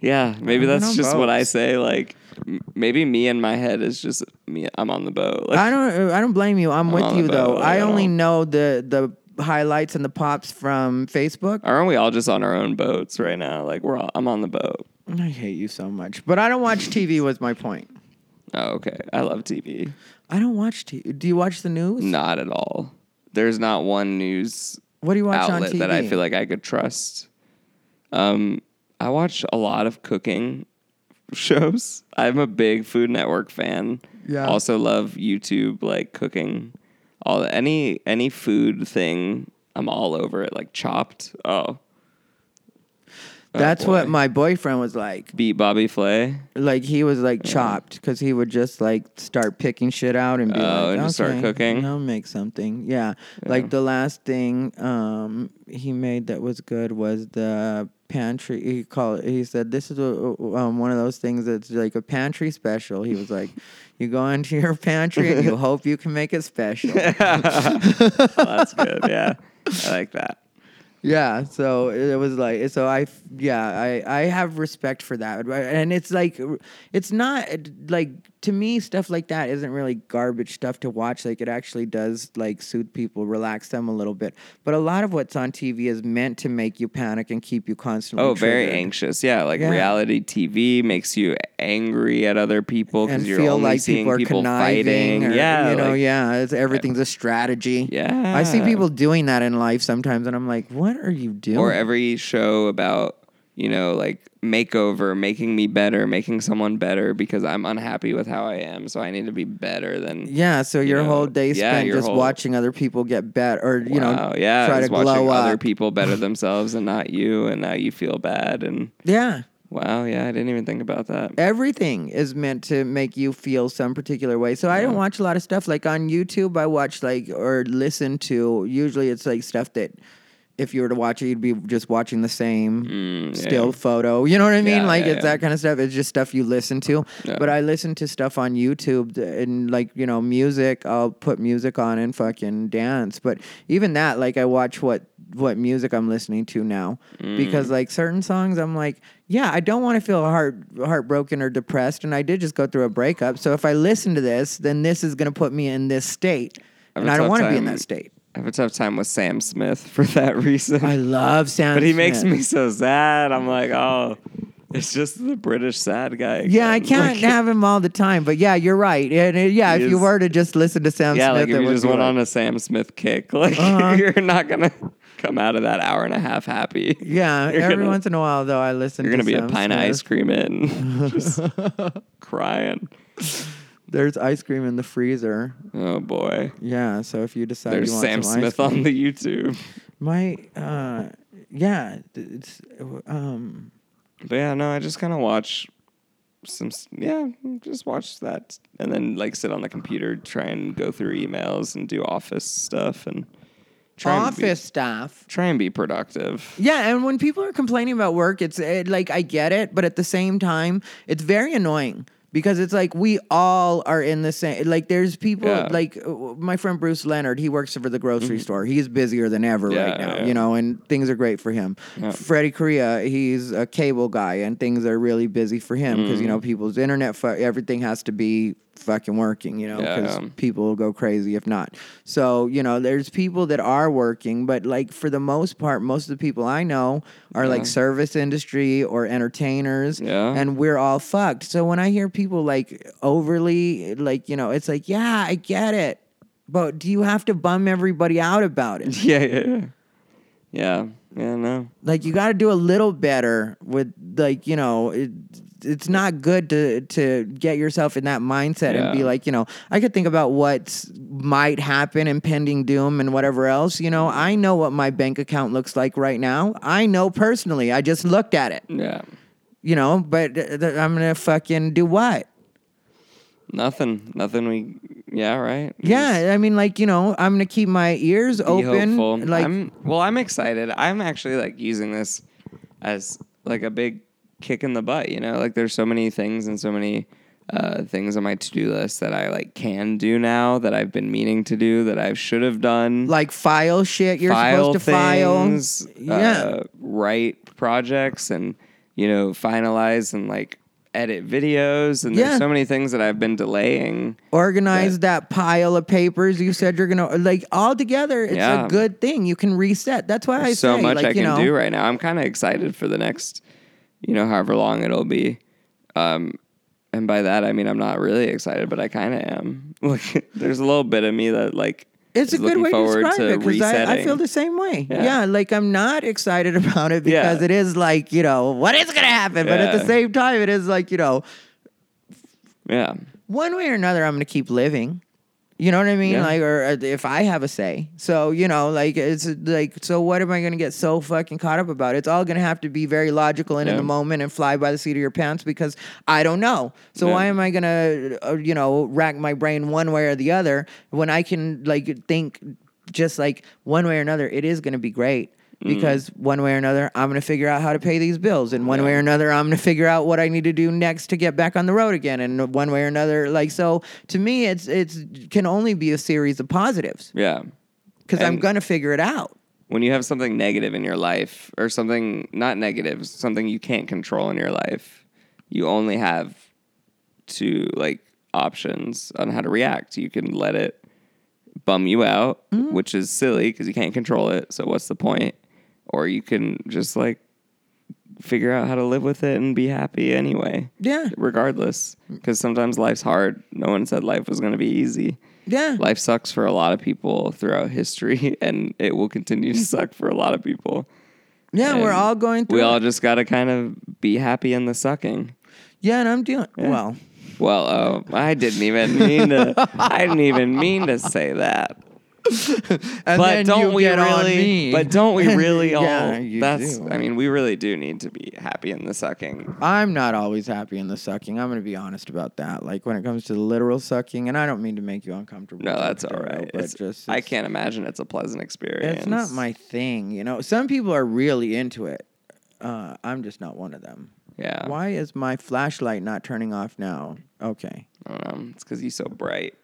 Speaker 2: Yeah, maybe
Speaker 1: I've been
Speaker 2: that's
Speaker 1: on
Speaker 2: just what I
Speaker 1: boats.
Speaker 2: say. Like, m- maybe me in my head is just me. I'm on the boat. Like,
Speaker 1: I don't. I don't blame you. I'm
Speaker 2: on
Speaker 1: with
Speaker 2: the
Speaker 1: you though.
Speaker 2: boat,
Speaker 1: I
Speaker 2: you
Speaker 1: only
Speaker 2: know.
Speaker 1: know the the highlights and the pops from Facebook.
Speaker 2: aren't we all just on our own boats right now? Like, we're all. I'm on the boat.
Speaker 1: I hate you so much, but I don't watch TV. Was my point.
Speaker 2: Oh, okay. I love TV.
Speaker 1: I don't watch TV. Do you watch the news?
Speaker 2: Not at all. There's not one news
Speaker 1: What do you watch on
Speaker 2: outlet
Speaker 1: TV?
Speaker 2: that I feel like I could trust. Um, I watch a lot of cooking shows. I'm a big Food Network fan.
Speaker 1: Yeah.
Speaker 2: Also love YouTube like cooking. All any any food thing, I'm all over it. Like Chopped. Oh,
Speaker 1: That's
Speaker 2: boy.
Speaker 1: what my boyfriend was like.
Speaker 2: beat Bobby Flay.
Speaker 1: Like he was like chopped because he would just like start picking shit out and be
Speaker 2: Oh,
Speaker 1: like,
Speaker 2: and just start
Speaker 1: "Okay,
Speaker 2: cooking?
Speaker 1: I'll make something. Yeah. Like the last thing um, he made that was good was the pantry. He called. He said, "This is a, um, one of those things that's like a pantry special." He was like, "You go into your pantry and you hope you can make it special."
Speaker 2: Oh, that's good. Yeah, I like that.
Speaker 1: Yeah, so it was like so I f- yeah, I I have respect for that. right? And it's like it's not like to me stuff like that isn't really garbage stuff to watch. Like it actually does like soothe people, relax them a little bit. But a lot of what's on TV is meant to make you panic and keep you constantly
Speaker 2: Oh, very
Speaker 1: triggered
Speaker 2: anxious. Yeah, like
Speaker 1: Yeah.
Speaker 2: reality TV makes you angry at other people because
Speaker 1: and
Speaker 2: you're
Speaker 1: feel
Speaker 2: only
Speaker 1: like
Speaker 2: seeing
Speaker 1: people are conniving
Speaker 2: fighting.
Speaker 1: or
Speaker 2: yeah,
Speaker 1: you know,
Speaker 2: like-
Speaker 1: yeah, it's, everything's a strategy.
Speaker 2: Yeah.
Speaker 1: I see people doing that in life sometimes and I'm like, "What are you doing?"
Speaker 2: Or every show about you know like makeover, making me better, making someone better because I'm unhappy with how I am, so I need to be better than.
Speaker 1: Yeah, so your
Speaker 2: know,
Speaker 1: whole day
Speaker 2: yeah,
Speaker 1: spent
Speaker 2: your
Speaker 1: just
Speaker 2: whole-
Speaker 1: watching other people get better, or you
Speaker 2: Wow,
Speaker 1: know,
Speaker 2: yeah,
Speaker 1: try to
Speaker 2: just watching
Speaker 1: glow
Speaker 2: other
Speaker 1: up.
Speaker 2: people better themselves and not you, and now you feel bad. And
Speaker 1: yeah,
Speaker 2: wow, yeah, I didn't even think about that.
Speaker 1: everything is meant to make you feel some particular way. So I don't watch a lot of stuff like on YouTube. I watch like or listen to. Usually, it's like stuff that if you were to watch it, you'd be just watching the same
Speaker 2: Mm, yeah.
Speaker 1: still photo. You know what I mean?
Speaker 2: Yeah,
Speaker 1: like
Speaker 2: yeah,
Speaker 1: it's
Speaker 2: yeah.
Speaker 1: that kind of stuff. It's just stuff you listen to.
Speaker 2: Yeah.
Speaker 1: But I listen to stuff on YouTube th- and like you know music. I'll put music on and fucking dance. But even that, like I watch what what music I'm listening to now
Speaker 2: Mm.
Speaker 1: because like certain songs, I'm like, yeah, I don't want to feel heart heartbroken or depressed, and I did just go through a breakup. So if I listen to this, then this is gonna put me in this state,
Speaker 2: I have
Speaker 1: and
Speaker 2: a
Speaker 1: I don't
Speaker 2: tough
Speaker 1: want to be in
Speaker 2: time-
Speaker 1: that state.
Speaker 2: I have a tough time with Sam Smith for that reason.
Speaker 1: I love Sam,
Speaker 2: but he makes
Speaker 1: Smith.
Speaker 2: me so sad. I'm like, oh, it's just the British sad guy.
Speaker 1: Yeah, I
Speaker 2: again.
Speaker 1: can't
Speaker 2: Like,
Speaker 1: have him all the time, but yeah, you're right. And uh, yeah,
Speaker 2: He
Speaker 1: if you
Speaker 2: is-
Speaker 1: were to just listen to Sam
Speaker 2: yeah,
Speaker 1: Smith,
Speaker 2: like if
Speaker 1: it
Speaker 2: you
Speaker 1: would
Speaker 2: just
Speaker 1: be
Speaker 2: went
Speaker 1: like-
Speaker 2: on a Sam Smith kick, like
Speaker 1: Uh-huh.
Speaker 2: you're not gonna come out of that hour and a half happy.
Speaker 1: Yeah,
Speaker 2: You're
Speaker 1: every
Speaker 2: gonna-
Speaker 1: once in a while though, I listen.
Speaker 2: You're gonna
Speaker 1: to
Speaker 2: be a
Speaker 1: Sam
Speaker 2: pint of
Speaker 1: Smith.
Speaker 2: ice cream in, just crying.
Speaker 1: There's ice cream in the freezer.
Speaker 2: Oh boy,
Speaker 1: Yeah, so if you decide
Speaker 2: there's
Speaker 1: you want
Speaker 2: Sam
Speaker 1: some ice
Speaker 2: Smith
Speaker 1: cream-
Speaker 2: on the YouTube.
Speaker 1: my uh, yeah, th- it's um,
Speaker 2: But yeah, no, I just kind of watch some, s- yeah, just watch that and then like sit on the computer, try and go through emails and do office stuff and try
Speaker 1: office
Speaker 2: And
Speaker 1: staff.
Speaker 2: be, try and be productive.
Speaker 1: Yeah, and when people are complaining about work, it's it, like I get it, but at the same time, it's very annoying because it's like we all are in the same. Like there's people
Speaker 2: Yeah. Mm-hmm.
Speaker 1: like uh, my friend Bruce Leonard. He works for the grocery store. He's busier than ever
Speaker 2: Yeah,
Speaker 1: right now,
Speaker 2: yeah.
Speaker 1: you know, and things are great for him. Freddie Korea, he's a cable guy, and things are really busy for him because
Speaker 2: Mm.
Speaker 1: you know people's internet, fu- everything has to be fucking working, you know, because
Speaker 2: Yeah.
Speaker 1: people will go crazy if not. So, you know, there's people that are working, but like for the most part, most of the people I know are like service industry or entertainers.
Speaker 2: Yeah.
Speaker 1: And we're all fucked. So when I hear people like overly, like, you know, it's like, yeah, I get it. But do you have to bum everybody out about it?
Speaker 2: Yeah, yeah, yeah, yeah, yeah. No,
Speaker 1: like you got to do a little better with like you know it, it's not good to to get yourself in that mindset and be
Speaker 2: Yeah.
Speaker 1: like you know i could think about what's might happen, impending doom, and whatever else. You know, I know what my bank account looks like right now. I know personally. I just looked at it.
Speaker 2: Yeah.
Speaker 1: You know, but uh, th- th- I'm gonna fucking do what?
Speaker 2: Nothing. Nothing we yeah, right?
Speaker 1: Yeah, I mean, like you know, I'm gonna keep my ears
Speaker 2: Be
Speaker 1: open.
Speaker 2: hopeful.
Speaker 1: Like,
Speaker 2: I'm, well, I'm excited. I'm actually like using this as like a big kick in the butt, you know? Like there's so many things and so many uh, things on my to-do list that I like can do now that I've been meaning to do that I should have done.
Speaker 1: like file shit. You're
Speaker 2: file
Speaker 1: supposed to
Speaker 2: things,
Speaker 1: file. Yeah.
Speaker 2: uh, write projects and you know finalize and like edit videos and
Speaker 1: Yeah.
Speaker 2: there's so many things that I've been delaying.
Speaker 1: organize that pile of papers you said you're gonna like all together it's
Speaker 2: Yeah.
Speaker 1: a good thing you can reset that's why i
Speaker 2: so
Speaker 1: say
Speaker 2: much
Speaker 1: like
Speaker 2: I
Speaker 1: you
Speaker 2: can
Speaker 1: know
Speaker 2: do right now. I'm kind of excited for the next, you know, however long it'll be. Um, and by that I mean I'm not really excited, but I kind of am. Like, there's a little bit of me that like
Speaker 1: it's a
Speaker 2: is
Speaker 1: good
Speaker 2: looking
Speaker 1: way to
Speaker 2: forward
Speaker 1: describe it because I, I
Speaker 2: resetting.
Speaker 1: feel the same way yeah.
Speaker 2: Yeah.
Speaker 1: like i'm not excited about it
Speaker 2: Yeah.
Speaker 1: because it is like you know what is gonna happen but at the
Speaker 2: Yeah.
Speaker 1: same time it is like you know
Speaker 2: yeah,
Speaker 1: one way or another i'm gonna keep living you know what i mean
Speaker 2: Yeah.
Speaker 1: like or uh, if i have a say so you know like it's like so what am i gonna get so fucking caught up about it's all gonna have to be very logical and in
Speaker 2: Yeah.
Speaker 1: the moment and fly by the seat of your pants because i don't know so
Speaker 2: Yeah.
Speaker 1: why am i gonna uh, you know rack my brain one way or the other when i can like think just like one way or another it is gonna be great
Speaker 2: Mm.
Speaker 1: because one way or another, I'm going to figure out how to pay these bills. And one way or another, I'm going to figure out what I need to do next to get back on the road again. And one way or another, like, so to me, it's, it's can only be a series of positives
Speaker 2: yeah.
Speaker 1: because I'm
Speaker 2: And-
Speaker 1: going to figure it out.
Speaker 2: When you have something negative in your life, or something not negative, something you can't control in your life, you only have two like options on how to react. You can let it bum you out, which is silly because you can't control it. So what's the point? Or you can just like figure out how to live with it and be happy anyway.
Speaker 1: Yeah.
Speaker 2: Regardless, because sometimes life's hard. No one said life was going to be easy.
Speaker 1: Yeah.
Speaker 2: Life sucks for a lot of people throughout history, and it will continue to suck for a lot of people.
Speaker 1: yeah. we're
Speaker 2: And
Speaker 1: all going through.
Speaker 2: We all
Speaker 1: it.
Speaker 2: just got to kind of be happy in the sucking.
Speaker 1: yeah. And I'm doing well.
Speaker 2: Well, oh, I didn't even mean to. I didn't even mean to say that.
Speaker 1: And
Speaker 2: But
Speaker 1: then
Speaker 2: don't
Speaker 1: you
Speaker 2: we
Speaker 1: get on
Speaker 2: really?
Speaker 1: me.
Speaker 2: But don't we really all?
Speaker 1: Yeah, you
Speaker 2: that's.
Speaker 1: do.
Speaker 2: I mean, we really do need to be happy in the sucking.
Speaker 1: I'm not always happy in the sucking. I'm going to be honest about that. Like when it comes to the literal sucking, and I don't mean to make you uncomfortable.
Speaker 2: No, that's all
Speaker 1: Daryl,
Speaker 2: right.
Speaker 1: But
Speaker 2: It's-
Speaker 1: just
Speaker 2: I
Speaker 1: it's-
Speaker 2: can't imagine it's a pleasant experience.
Speaker 1: It's not my thing, you know. Some people are really into it. Uh, I'm just not one of them.
Speaker 2: Yeah.
Speaker 1: Why is my flashlight not turning off now? Okay.
Speaker 2: I don't know. It's because he's so bright.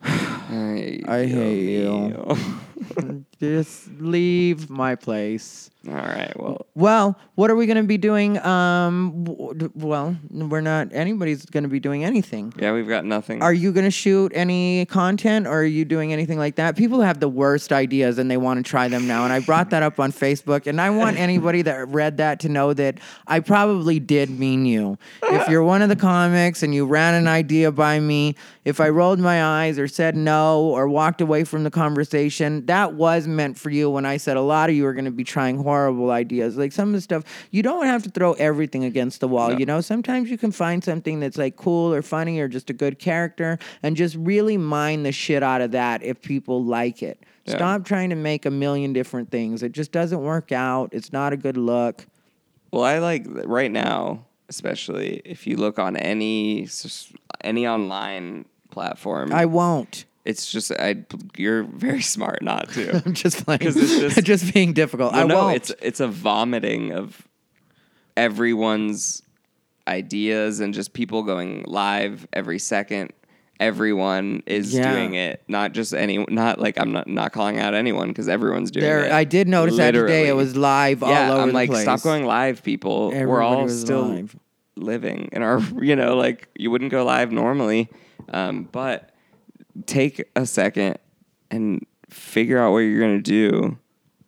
Speaker 1: I
Speaker 2: I
Speaker 1: hate you.
Speaker 2: All
Speaker 1: Just leave my place.
Speaker 2: right. Well,
Speaker 1: Well, what are we going to be doing? Um, w- d- well, we're not. Anybody's going to be doing anything.
Speaker 2: yeah, we've got nothing.
Speaker 1: Are you going to shoot any content or are you doing anything like that? People have the worst ideas and they want to try them now. And I brought that up on Facebook. And I want anybody that read that to know that I probably did mean you. If you're one of the comics and you ran an idea by me, if I rolled my eyes or said no or walked away from the conversation, that was meant for you when I said a lot of you are going to be trying horrible ideas. Like some of the stuff, you don't have to throw everything against the wall. You know, sometimes you can find something that's like cool or funny or just a good character and just really mine the shit out of that if people like it.
Speaker 2: Yeah.
Speaker 1: Stop trying to make a million different things. It just doesn't work out. It's not a good look.
Speaker 2: Well, I like right now, especially if you look on any s- any online platform.
Speaker 1: I won't.
Speaker 2: it's just I. You're very smart not to.
Speaker 1: I'm just playing.
Speaker 2: 'Cause it's just-
Speaker 1: just being difficult. I
Speaker 2: Well, no,
Speaker 1: won't.
Speaker 2: it's it's a vomiting of everyone's ideas and just people going live every second. Everyone is
Speaker 1: Yeah.
Speaker 2: doing it, not just any. Not like I'm not not calling out anyone because everyone's doing it.
Speaker 1: there, I did notice that today. It
Speaker 2: Literally.
Speaker 1: was live
Speaker 2: yeah.
Speaker 1: all over
Speaker 2: I'm
Speaker 1: the
Speaker 2: like,
Speaker 1: place.
Speaker 2: stop going live, people. We're
Speaker 1: Everybody
Speaker 2: all
Speaker 1: was
Speaker 2: still
Speaker 1: live.
Speaker 2: living and are you know like you wouldn't go live normally, um, but take a second and figure out what you're going to do.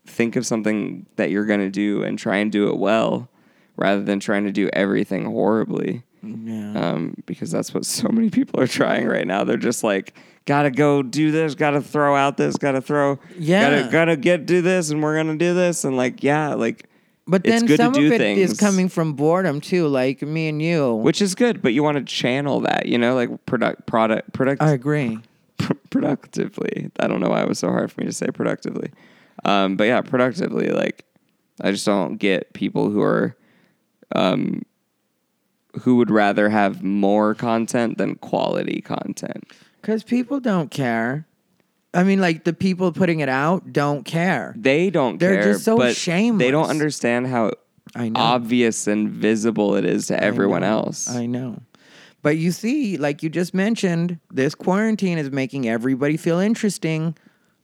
Speaker 2: Think of something that you're going to do and try and do it well rather than trying to do everything horribly.
Speaker 1: Yeah.
Speaker 2: Um, because that's what so many people are trying right now. They're just like, gotta go do this, gotta throw out this, gotta throw,
Speaker 1: Yeah.
Speaker 2: gotta, gotta get do this, and we're gonna do this, and like, yeah, like,
Speaker 1: But
Speaker 2: it's
Speaker 1: then
Speaker 2: good to
Speaker 1: some
Speaker 2: do
Speaker 1: of it is
Speaker 2: things.
Speaker 1: coming from boredom too, like me and you.
Speaker 2: which is good, but you want to channel that, you know, like product, product, product,
Speaker 1: I agree.
Speaker 2: productively. I don't know why it was so hard for me to say productively. Um, but yeah, productively, like I just don't get people who are um, who would rather have more content than quality content.
Speaker 1: Because people don't care. I mean, like the people putting it out don't care.
Speaker 2: They don't
Speaker 1: They're
Speaker 2: care.
Speaker 1: just so
Speaker 2: but They don't
Speaker 1: shameless.
Speaker 2: understand how
Speaker 1: I know.
Speaker 2: obvious and visible it is to everyone else.
Speaker 1: I know. But you see, like you just mentioned, this quarantine is making everybody feel interesting.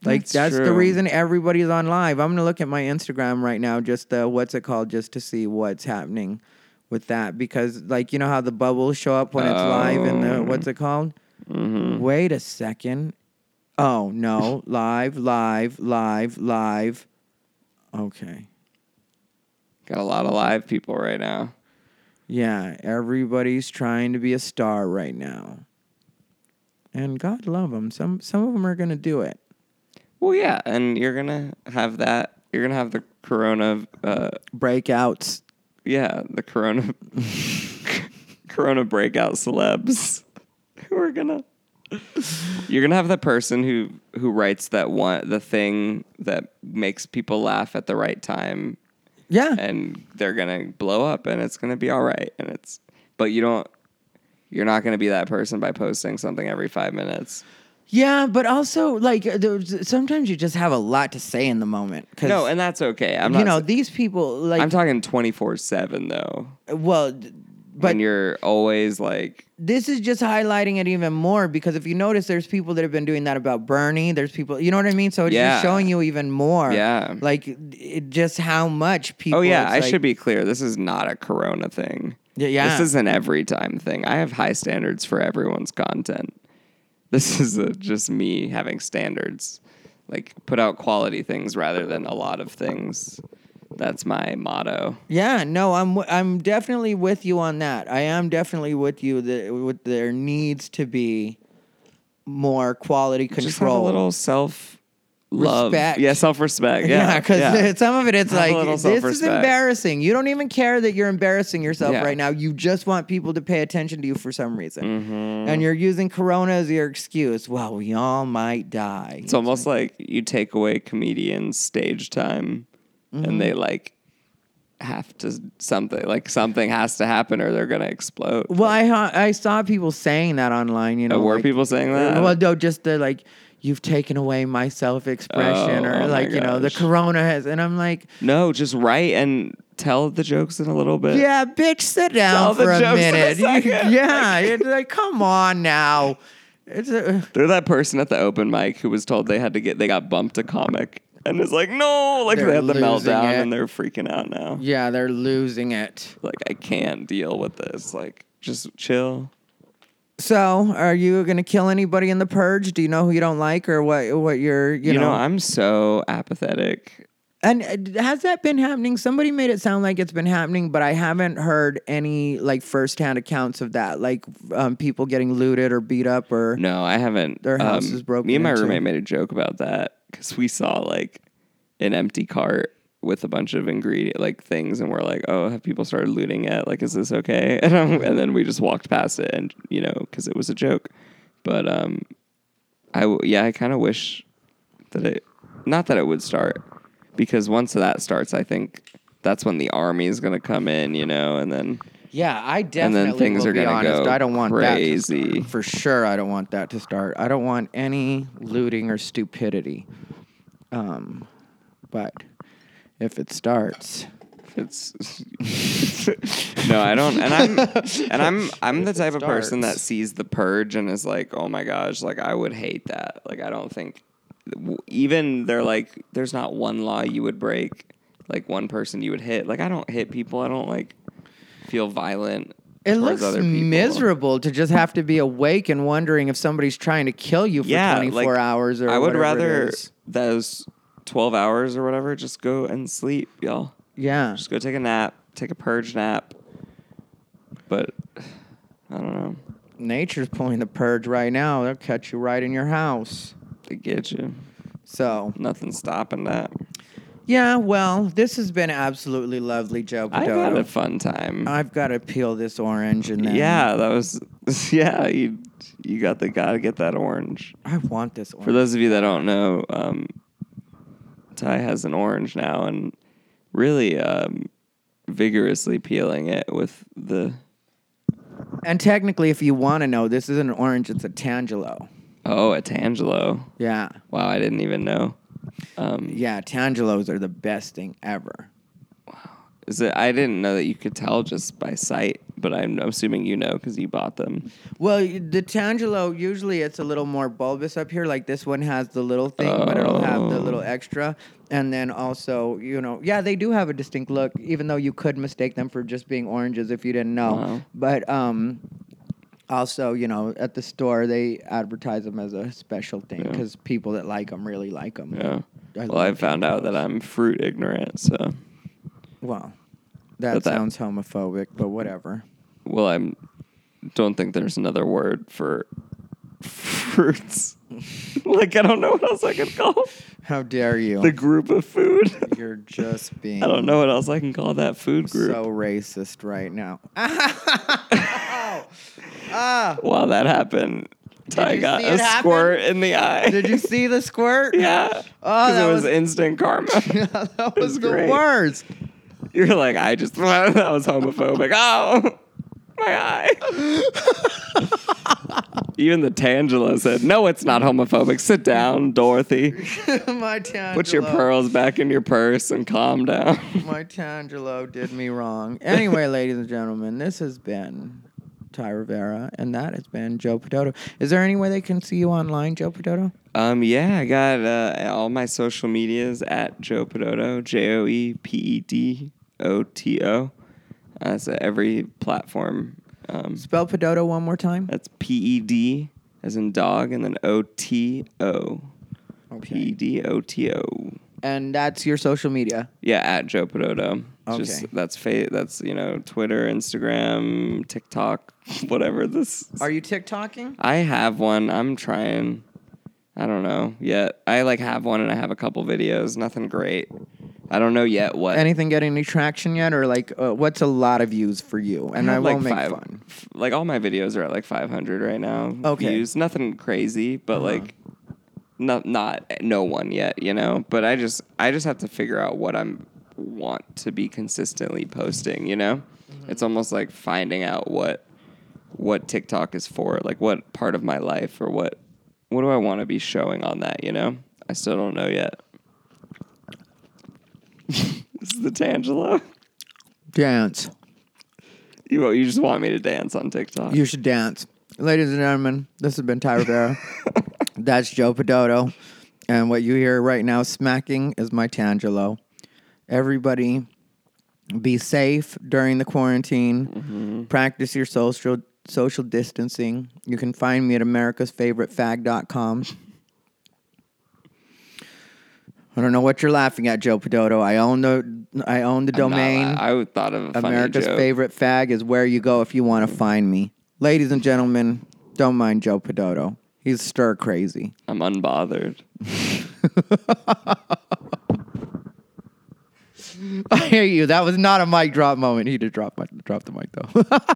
Speaker 1: Like
Speaker 2: That's
Speaker 1: that's, the
Speaker 2: true.
Speaker 1: reason everybody's on live. I'm gonna look at my Instagram right now, just the what's it called, just to see what's happening with that. Because like you know how the bubbles show up when it's live and
Speaker 2: Oh.
Speaker 1: the what's it called?
Speaker 2: Mm-hmm.
Speaker 1: Wait a second. Oh no, live, live, live, live. Okay.
Speaker 2: Got a lot of live people right now.
Speaker 1: Yeah, everybody's trying to be a star right now. And God love them. Some some of them are going to do it.
Speaker 2: Well, yeah, and you're gonna have that. You're gonna have the corona. Uh,
Speaker 1: Breakouts.
Speaker 2: yeah, the corona corona breakout celebs who are gonna you're gonna have the person who who writes that one the thing that makes people laugh at the right time
Speaker 1: Yeah.
Speaker 2: and they're gonna blow up and it's gonna be all right and it's but you don't you're not gonna be that person by posting something every five minutes
Speaker 1: yeah, but also like uh, there's, sometimes you just have a lot to say in the moment cuz
Speaker 2: no and that's okay i'm
Speaker 1: you
Speaker 2: not
Speaker 1: know,
Speaker 2: s-
Speaker 1: these people like uh,
Speaker 2: i'm talking 24-7 though
Speaker 1: well d- but
Speaker 2: when you're always like
Speaker 1: this is just highlighting it even more because if you notice there's people that have been doing that about Bernie, there's people, you know what I mean? So it's
Speaker 2: Yeah.
Speaker 1: just showing you even more.
Speaker 2: Yeah.
Speaker 1: Like it, just how much people
Speaker 2: Oh yeah,
Speaker 1: it's
Speaker 2: I
Speaker 1: like-
Speaker 2: should be clear. This is not a Corona thing.
Speaker 1: Y- yeah.
Speaker 2: this is an every time thing. I have high standards for everyone's content. This is uh just me having standards. Like put out quality things rather than a lot of things. That's my motto.
Speaker 1: Yeah, no, I'm w- I'm definitely with you on that. I am definitely with you that with there needs to be more quality control.
Speaker 2: Just have a little self love.
Speaker 1: Respect.
Speaker 2: Yeah, self respect. Yeah,
Speaker 1: yeah, because some of it, it's
Speaker 2: Have a
Speaker 1: like
Speaker 2: little
Speaker 1: this is
Speaker 2: self-respect.
Speaker 1: embarrassing. You don't even care that you're embarrassing yourself
Speaker 2: Yeah.
Speaker 1: right now. You just want people to pay attention to you for some reason,
Speaker 2: Mm-hmm.
Speaker 1: and you're using Corona as your excuse. Well, we all might die.
Speaker 2: It's almost like you take away comedians' stage time,
Speaker 1: Mm-hmm.
Speaker 2: and they like have to something like something has to happen or they're gonna explode.
Speaker 1: well, I ha- I saw people saying that online. You know,
Speaker 2: Uh, were
Speaker 1: like-
Speaker 2: people saying that?
Speaker 1: Well, no, just the like, you've taken away my self expression,
Speaker 2: Oh, oh
Speaker 1: or
Speaker 2: my
Speaker 1: like, you know, the
Speaker 2: gosh.
Speaker 1: corona has. And I'm like,
Speaker 2: no, just write and tell the jokes in a little bit.
Speaker 1: yeah, bitch, sit down
Speaker 2: Tell the
Speaker 1: for a
Speaker 2: jokes in a
Speaker 1: minute.
Speaker 2: second.
Speaker 1: yeah, it's like, come on now. It's uh, a,
Speaker 2: They're that person at the open mic who was told they had to get they got bumped a comic and is like, no, like
Speaker 1: They're
Speaker 2: they had the
Speaker 1: losing
Speaker 2: meltdown
Speaker 1: it.
Speaker 2: and they're freaking out now.
Speaker 1: yeah, they're losing it.
Speaker 2: Like I can't deal with this. Like just chill.
Speaker 1: So, are you gonna kill anybody in the purge? Do you know who you don't like, or what? What you're, you,
Speaker 2: You, know, I'm so apathetic.
Speaker 1: And uh, has that been happening? Somebody made it sound like it's been happening, but I haven't heard any like firsthand accounts of that, like um, people getting looted or beat up or.
Speaker 2: No, I haven't. um,
Speaker 1: Their house is broken
Speaker 2: Me and my
Speaker 1: into.
Speaker 2: roommate made a joke about that because we saw like an empty cart with a bunch of ingredient like things, and we're like, "Oh, have people started looting it? Like, is this okay?" And, um, and then we just walked past it, and you know, because it was a joke. But um, I w- yeah, I kind of wish that it, not that it would start, because once that starts, I think that's when the army is gonna come in, you know, and then
Speaker 1: Yeah, I
Speaker 2: then
Speaker 1: definitely
Speaker 2: things
Speaker 1: will
Speaker 2: are
Speaker 1: be
Speaker 2: gonna
Speaker 1: honest.
Speaker 2: go
Speaker 1: I don't want that to
Speaker 2: crazy.
Speaker 1: start. for sure. I don't want that to start. I don't want any looting or stupidity. Um, but if it starts,
Speaker 2: It's no, I don't, and I'm and I'm I'm the type of person that
Speaker 1: starts.
Speaker 2: sees the purge and is like, oh my gosh, like I would hate that. Like I don't think even they're like, there's not one law you would break, like one person you would hit. Like I don't hit people. I don't like feel violent.
Speaker 1: it looks
Speaker 2: towards other people.
Speaker 1: miserable to just have to be awake and wondering if somebody's trying to kill you for
Speaker 2: Yeah,
Speaker 1: 24
Speaker 2: like,
Speaker 1: hours or
Speaker 2: I would
Speaker 1: whatever it
Speaker 2: rather
Speaker 1: is.
Speaker 2: those twelve hours or whatever just go and sleep, y'all.
Speaker 1: Yeah.
Speaker 2: Just go take a nap, take a purge nap. But I don't know.
Speaker 1: nature's pulling the purge right now. They'll catch you right in your house.
Speaker 2: They get you.
Speaker 1: So,
Speaker 2: Nothing's stopping that.
Speaker 1: yeah, well, this has been absolutely lovely, Joe
Speaker 2: I had a
Speaker 1: Padoto.
Speaker 2: fun time.
Speaker 1: I've got to peel this orange and then.
Speaker 2: yeah, that was. Yeah, you You got the gotta get that orange.
Speaker 1: I want this orange.
Speaker 2: For those of you that don't know, um, Ty has an orange now and really um, vigorously peeling it with the.
Speaker 1: and technically, if you want to know, this isn't an orange; it's a tangelo.
Speaker 2: Oh, a Tangelo.
Speaker 1: Yeah,
Speaker 2: Wow, I didn't even know. Um,
Speaker 1: yeah, tangelos are the best thing ever.
Speaker 2: is it? I didn't know that you could tell just by sight, but I'm assuming you know because you bought them.
Speaker 1: Well, y- the tangelo usually it's a little more bulbous up here. Like this one has the little thing, but it'll have the
Speaker 2: Oh.
Speaker 1: little extra. And then also, you know, yeah, they do have a distinct look, even though you could mistake them for just being oranges if you didn't know.
Speaker 2: Wow.
Speaker 1: But um, also, you know, at the store they advertise them as a special thing
Speaker 2: Yeah.
Speaker 1: because people that like them really like them.
Speaker 2: Yeah.
Speaker 1: I
Speaker 2: well, I
Speaker 1: love
Speaker 2: found out that I'm fruit ignorant. So,
Speaker 1: Well, that
Speaker 2: But that-
Speaker 1: sounds homophobic, but whatever.
Speaker 2: well, I'm. Don't think there's another word for fruits. like I don't know what else I could call
Speaker 1: How dare you?
Speaker 2: the group of food.
Speaker 1: You're just being.
Speaker 2: I don't know what else I can call that food group.
Speaker 1: so racist right now. ah,
Speaker 2: wow, that happened. Ty
Speaker 1: you
Speaker 2: got
Speaker 1: see
Speaker 2: a
Speaker 1: it happen?
Speaker 2: squirt in the eye.
Speaker 1: did you see the squirt?
Speaker 2: Yeah.
Speaker 1: Oh,
Speaker 2: Because
Speaker 1: that
Speaker 2: it was,
Speaker 1: was-
Speaker 2: instant karma.
Speaker 1: that was the
Speaker 2: great.
Speaker 1: worst.
Speaker 2: You're like, I just that was homophobic. oh, my eye. Even the Tangela said, "No, it's not homophobic. Sit down, Dorothy.
Speaker 1: my Tangelo.
Speaker 2: Put your pearls back in your purse and calm down."
Speaker 1: My Tangelo did me wrong. Anyway, ladies and gentlemen, this has been Ty Rivera, and that has been Joe Potato. Is there any way they can see you online, Joe Potato?
Speaker 2: Um, yeah, I got uh, all my social medias at Joe Pedoto, J O E P E D O T O. That's uh, every platform. Um,
Speaker 1: Spell Potato one more time.
Speaker 2: that's P E D as in dog, and then O T O. P
Speaker 1: Okay.
Speaker 2: E D O T O.
Speaker 1: And that's your social media.
Speaker 2: Yeah, at Joe Pedoto. Just
Speaker 1: Okay.
Speaker 2: that's fa- that's you know Twitter, Instagram, TikTok, whatever this.
Speaker 1: Are you TikToking?
Speaker 2: I have one. I'm trying. I don't know yet. I like have one and I have a couple videos. Nothing great. I don't know yet what.
Speaker 1: Anything getting any traction yet, or like uh, what's a lot of views for you? And I,
Speaker 2: have,
Speaker 1: won't make
Speaker 2: five-
Speaker 1: fun.
Speaker 2: f- Like all my videos are at like 500 right now.
Speaker 1: Okay. Uh-huh.
Speaker 2: Views. Nothing crazy, but like not not no one yet, you know. But I just I just have to figure out what I'm want to be consistently posting, you know?
Speaker 1: Mm-hmm.
Speaker 2: It's almost like finding out what what TikTok is for, like what part of my life or what what do I want to be showing on that, you know? I still don't know yet. this is the Tangelo.
Speaker 1: Dance.
Speaker 2: You you just want me to dance on TikTok.
Speaker 1: You should dance. Ladies and gentlemen, this has been Ty Rivera. That's Joe Podoto. And what you hear right now smacking is my Tangelo. Everybody be safe during the quarantine.
Speaker 2: Mm-hmm.
Speaker 1: Practice your social social distancing. You can find me at America's favorite fag.com. I don't know what you're laughing at, Joe Podoto. I own the I own the
Speaker 2: I'm not
Speaker 1: domain.
Speaker 2: la- I would thought of a funny
Speaker 1: America's
Speaker 2: joke.
Speaker 1: favorite fag is where you go if you want to find me. Ladies and gentlemen, don't mind Joe Podoto. He's stir crazy.
Speaker 2: I'm unbothered.
Speaker 1: I hear you. That was not a mic drop moment. He did drop my drop the mic though.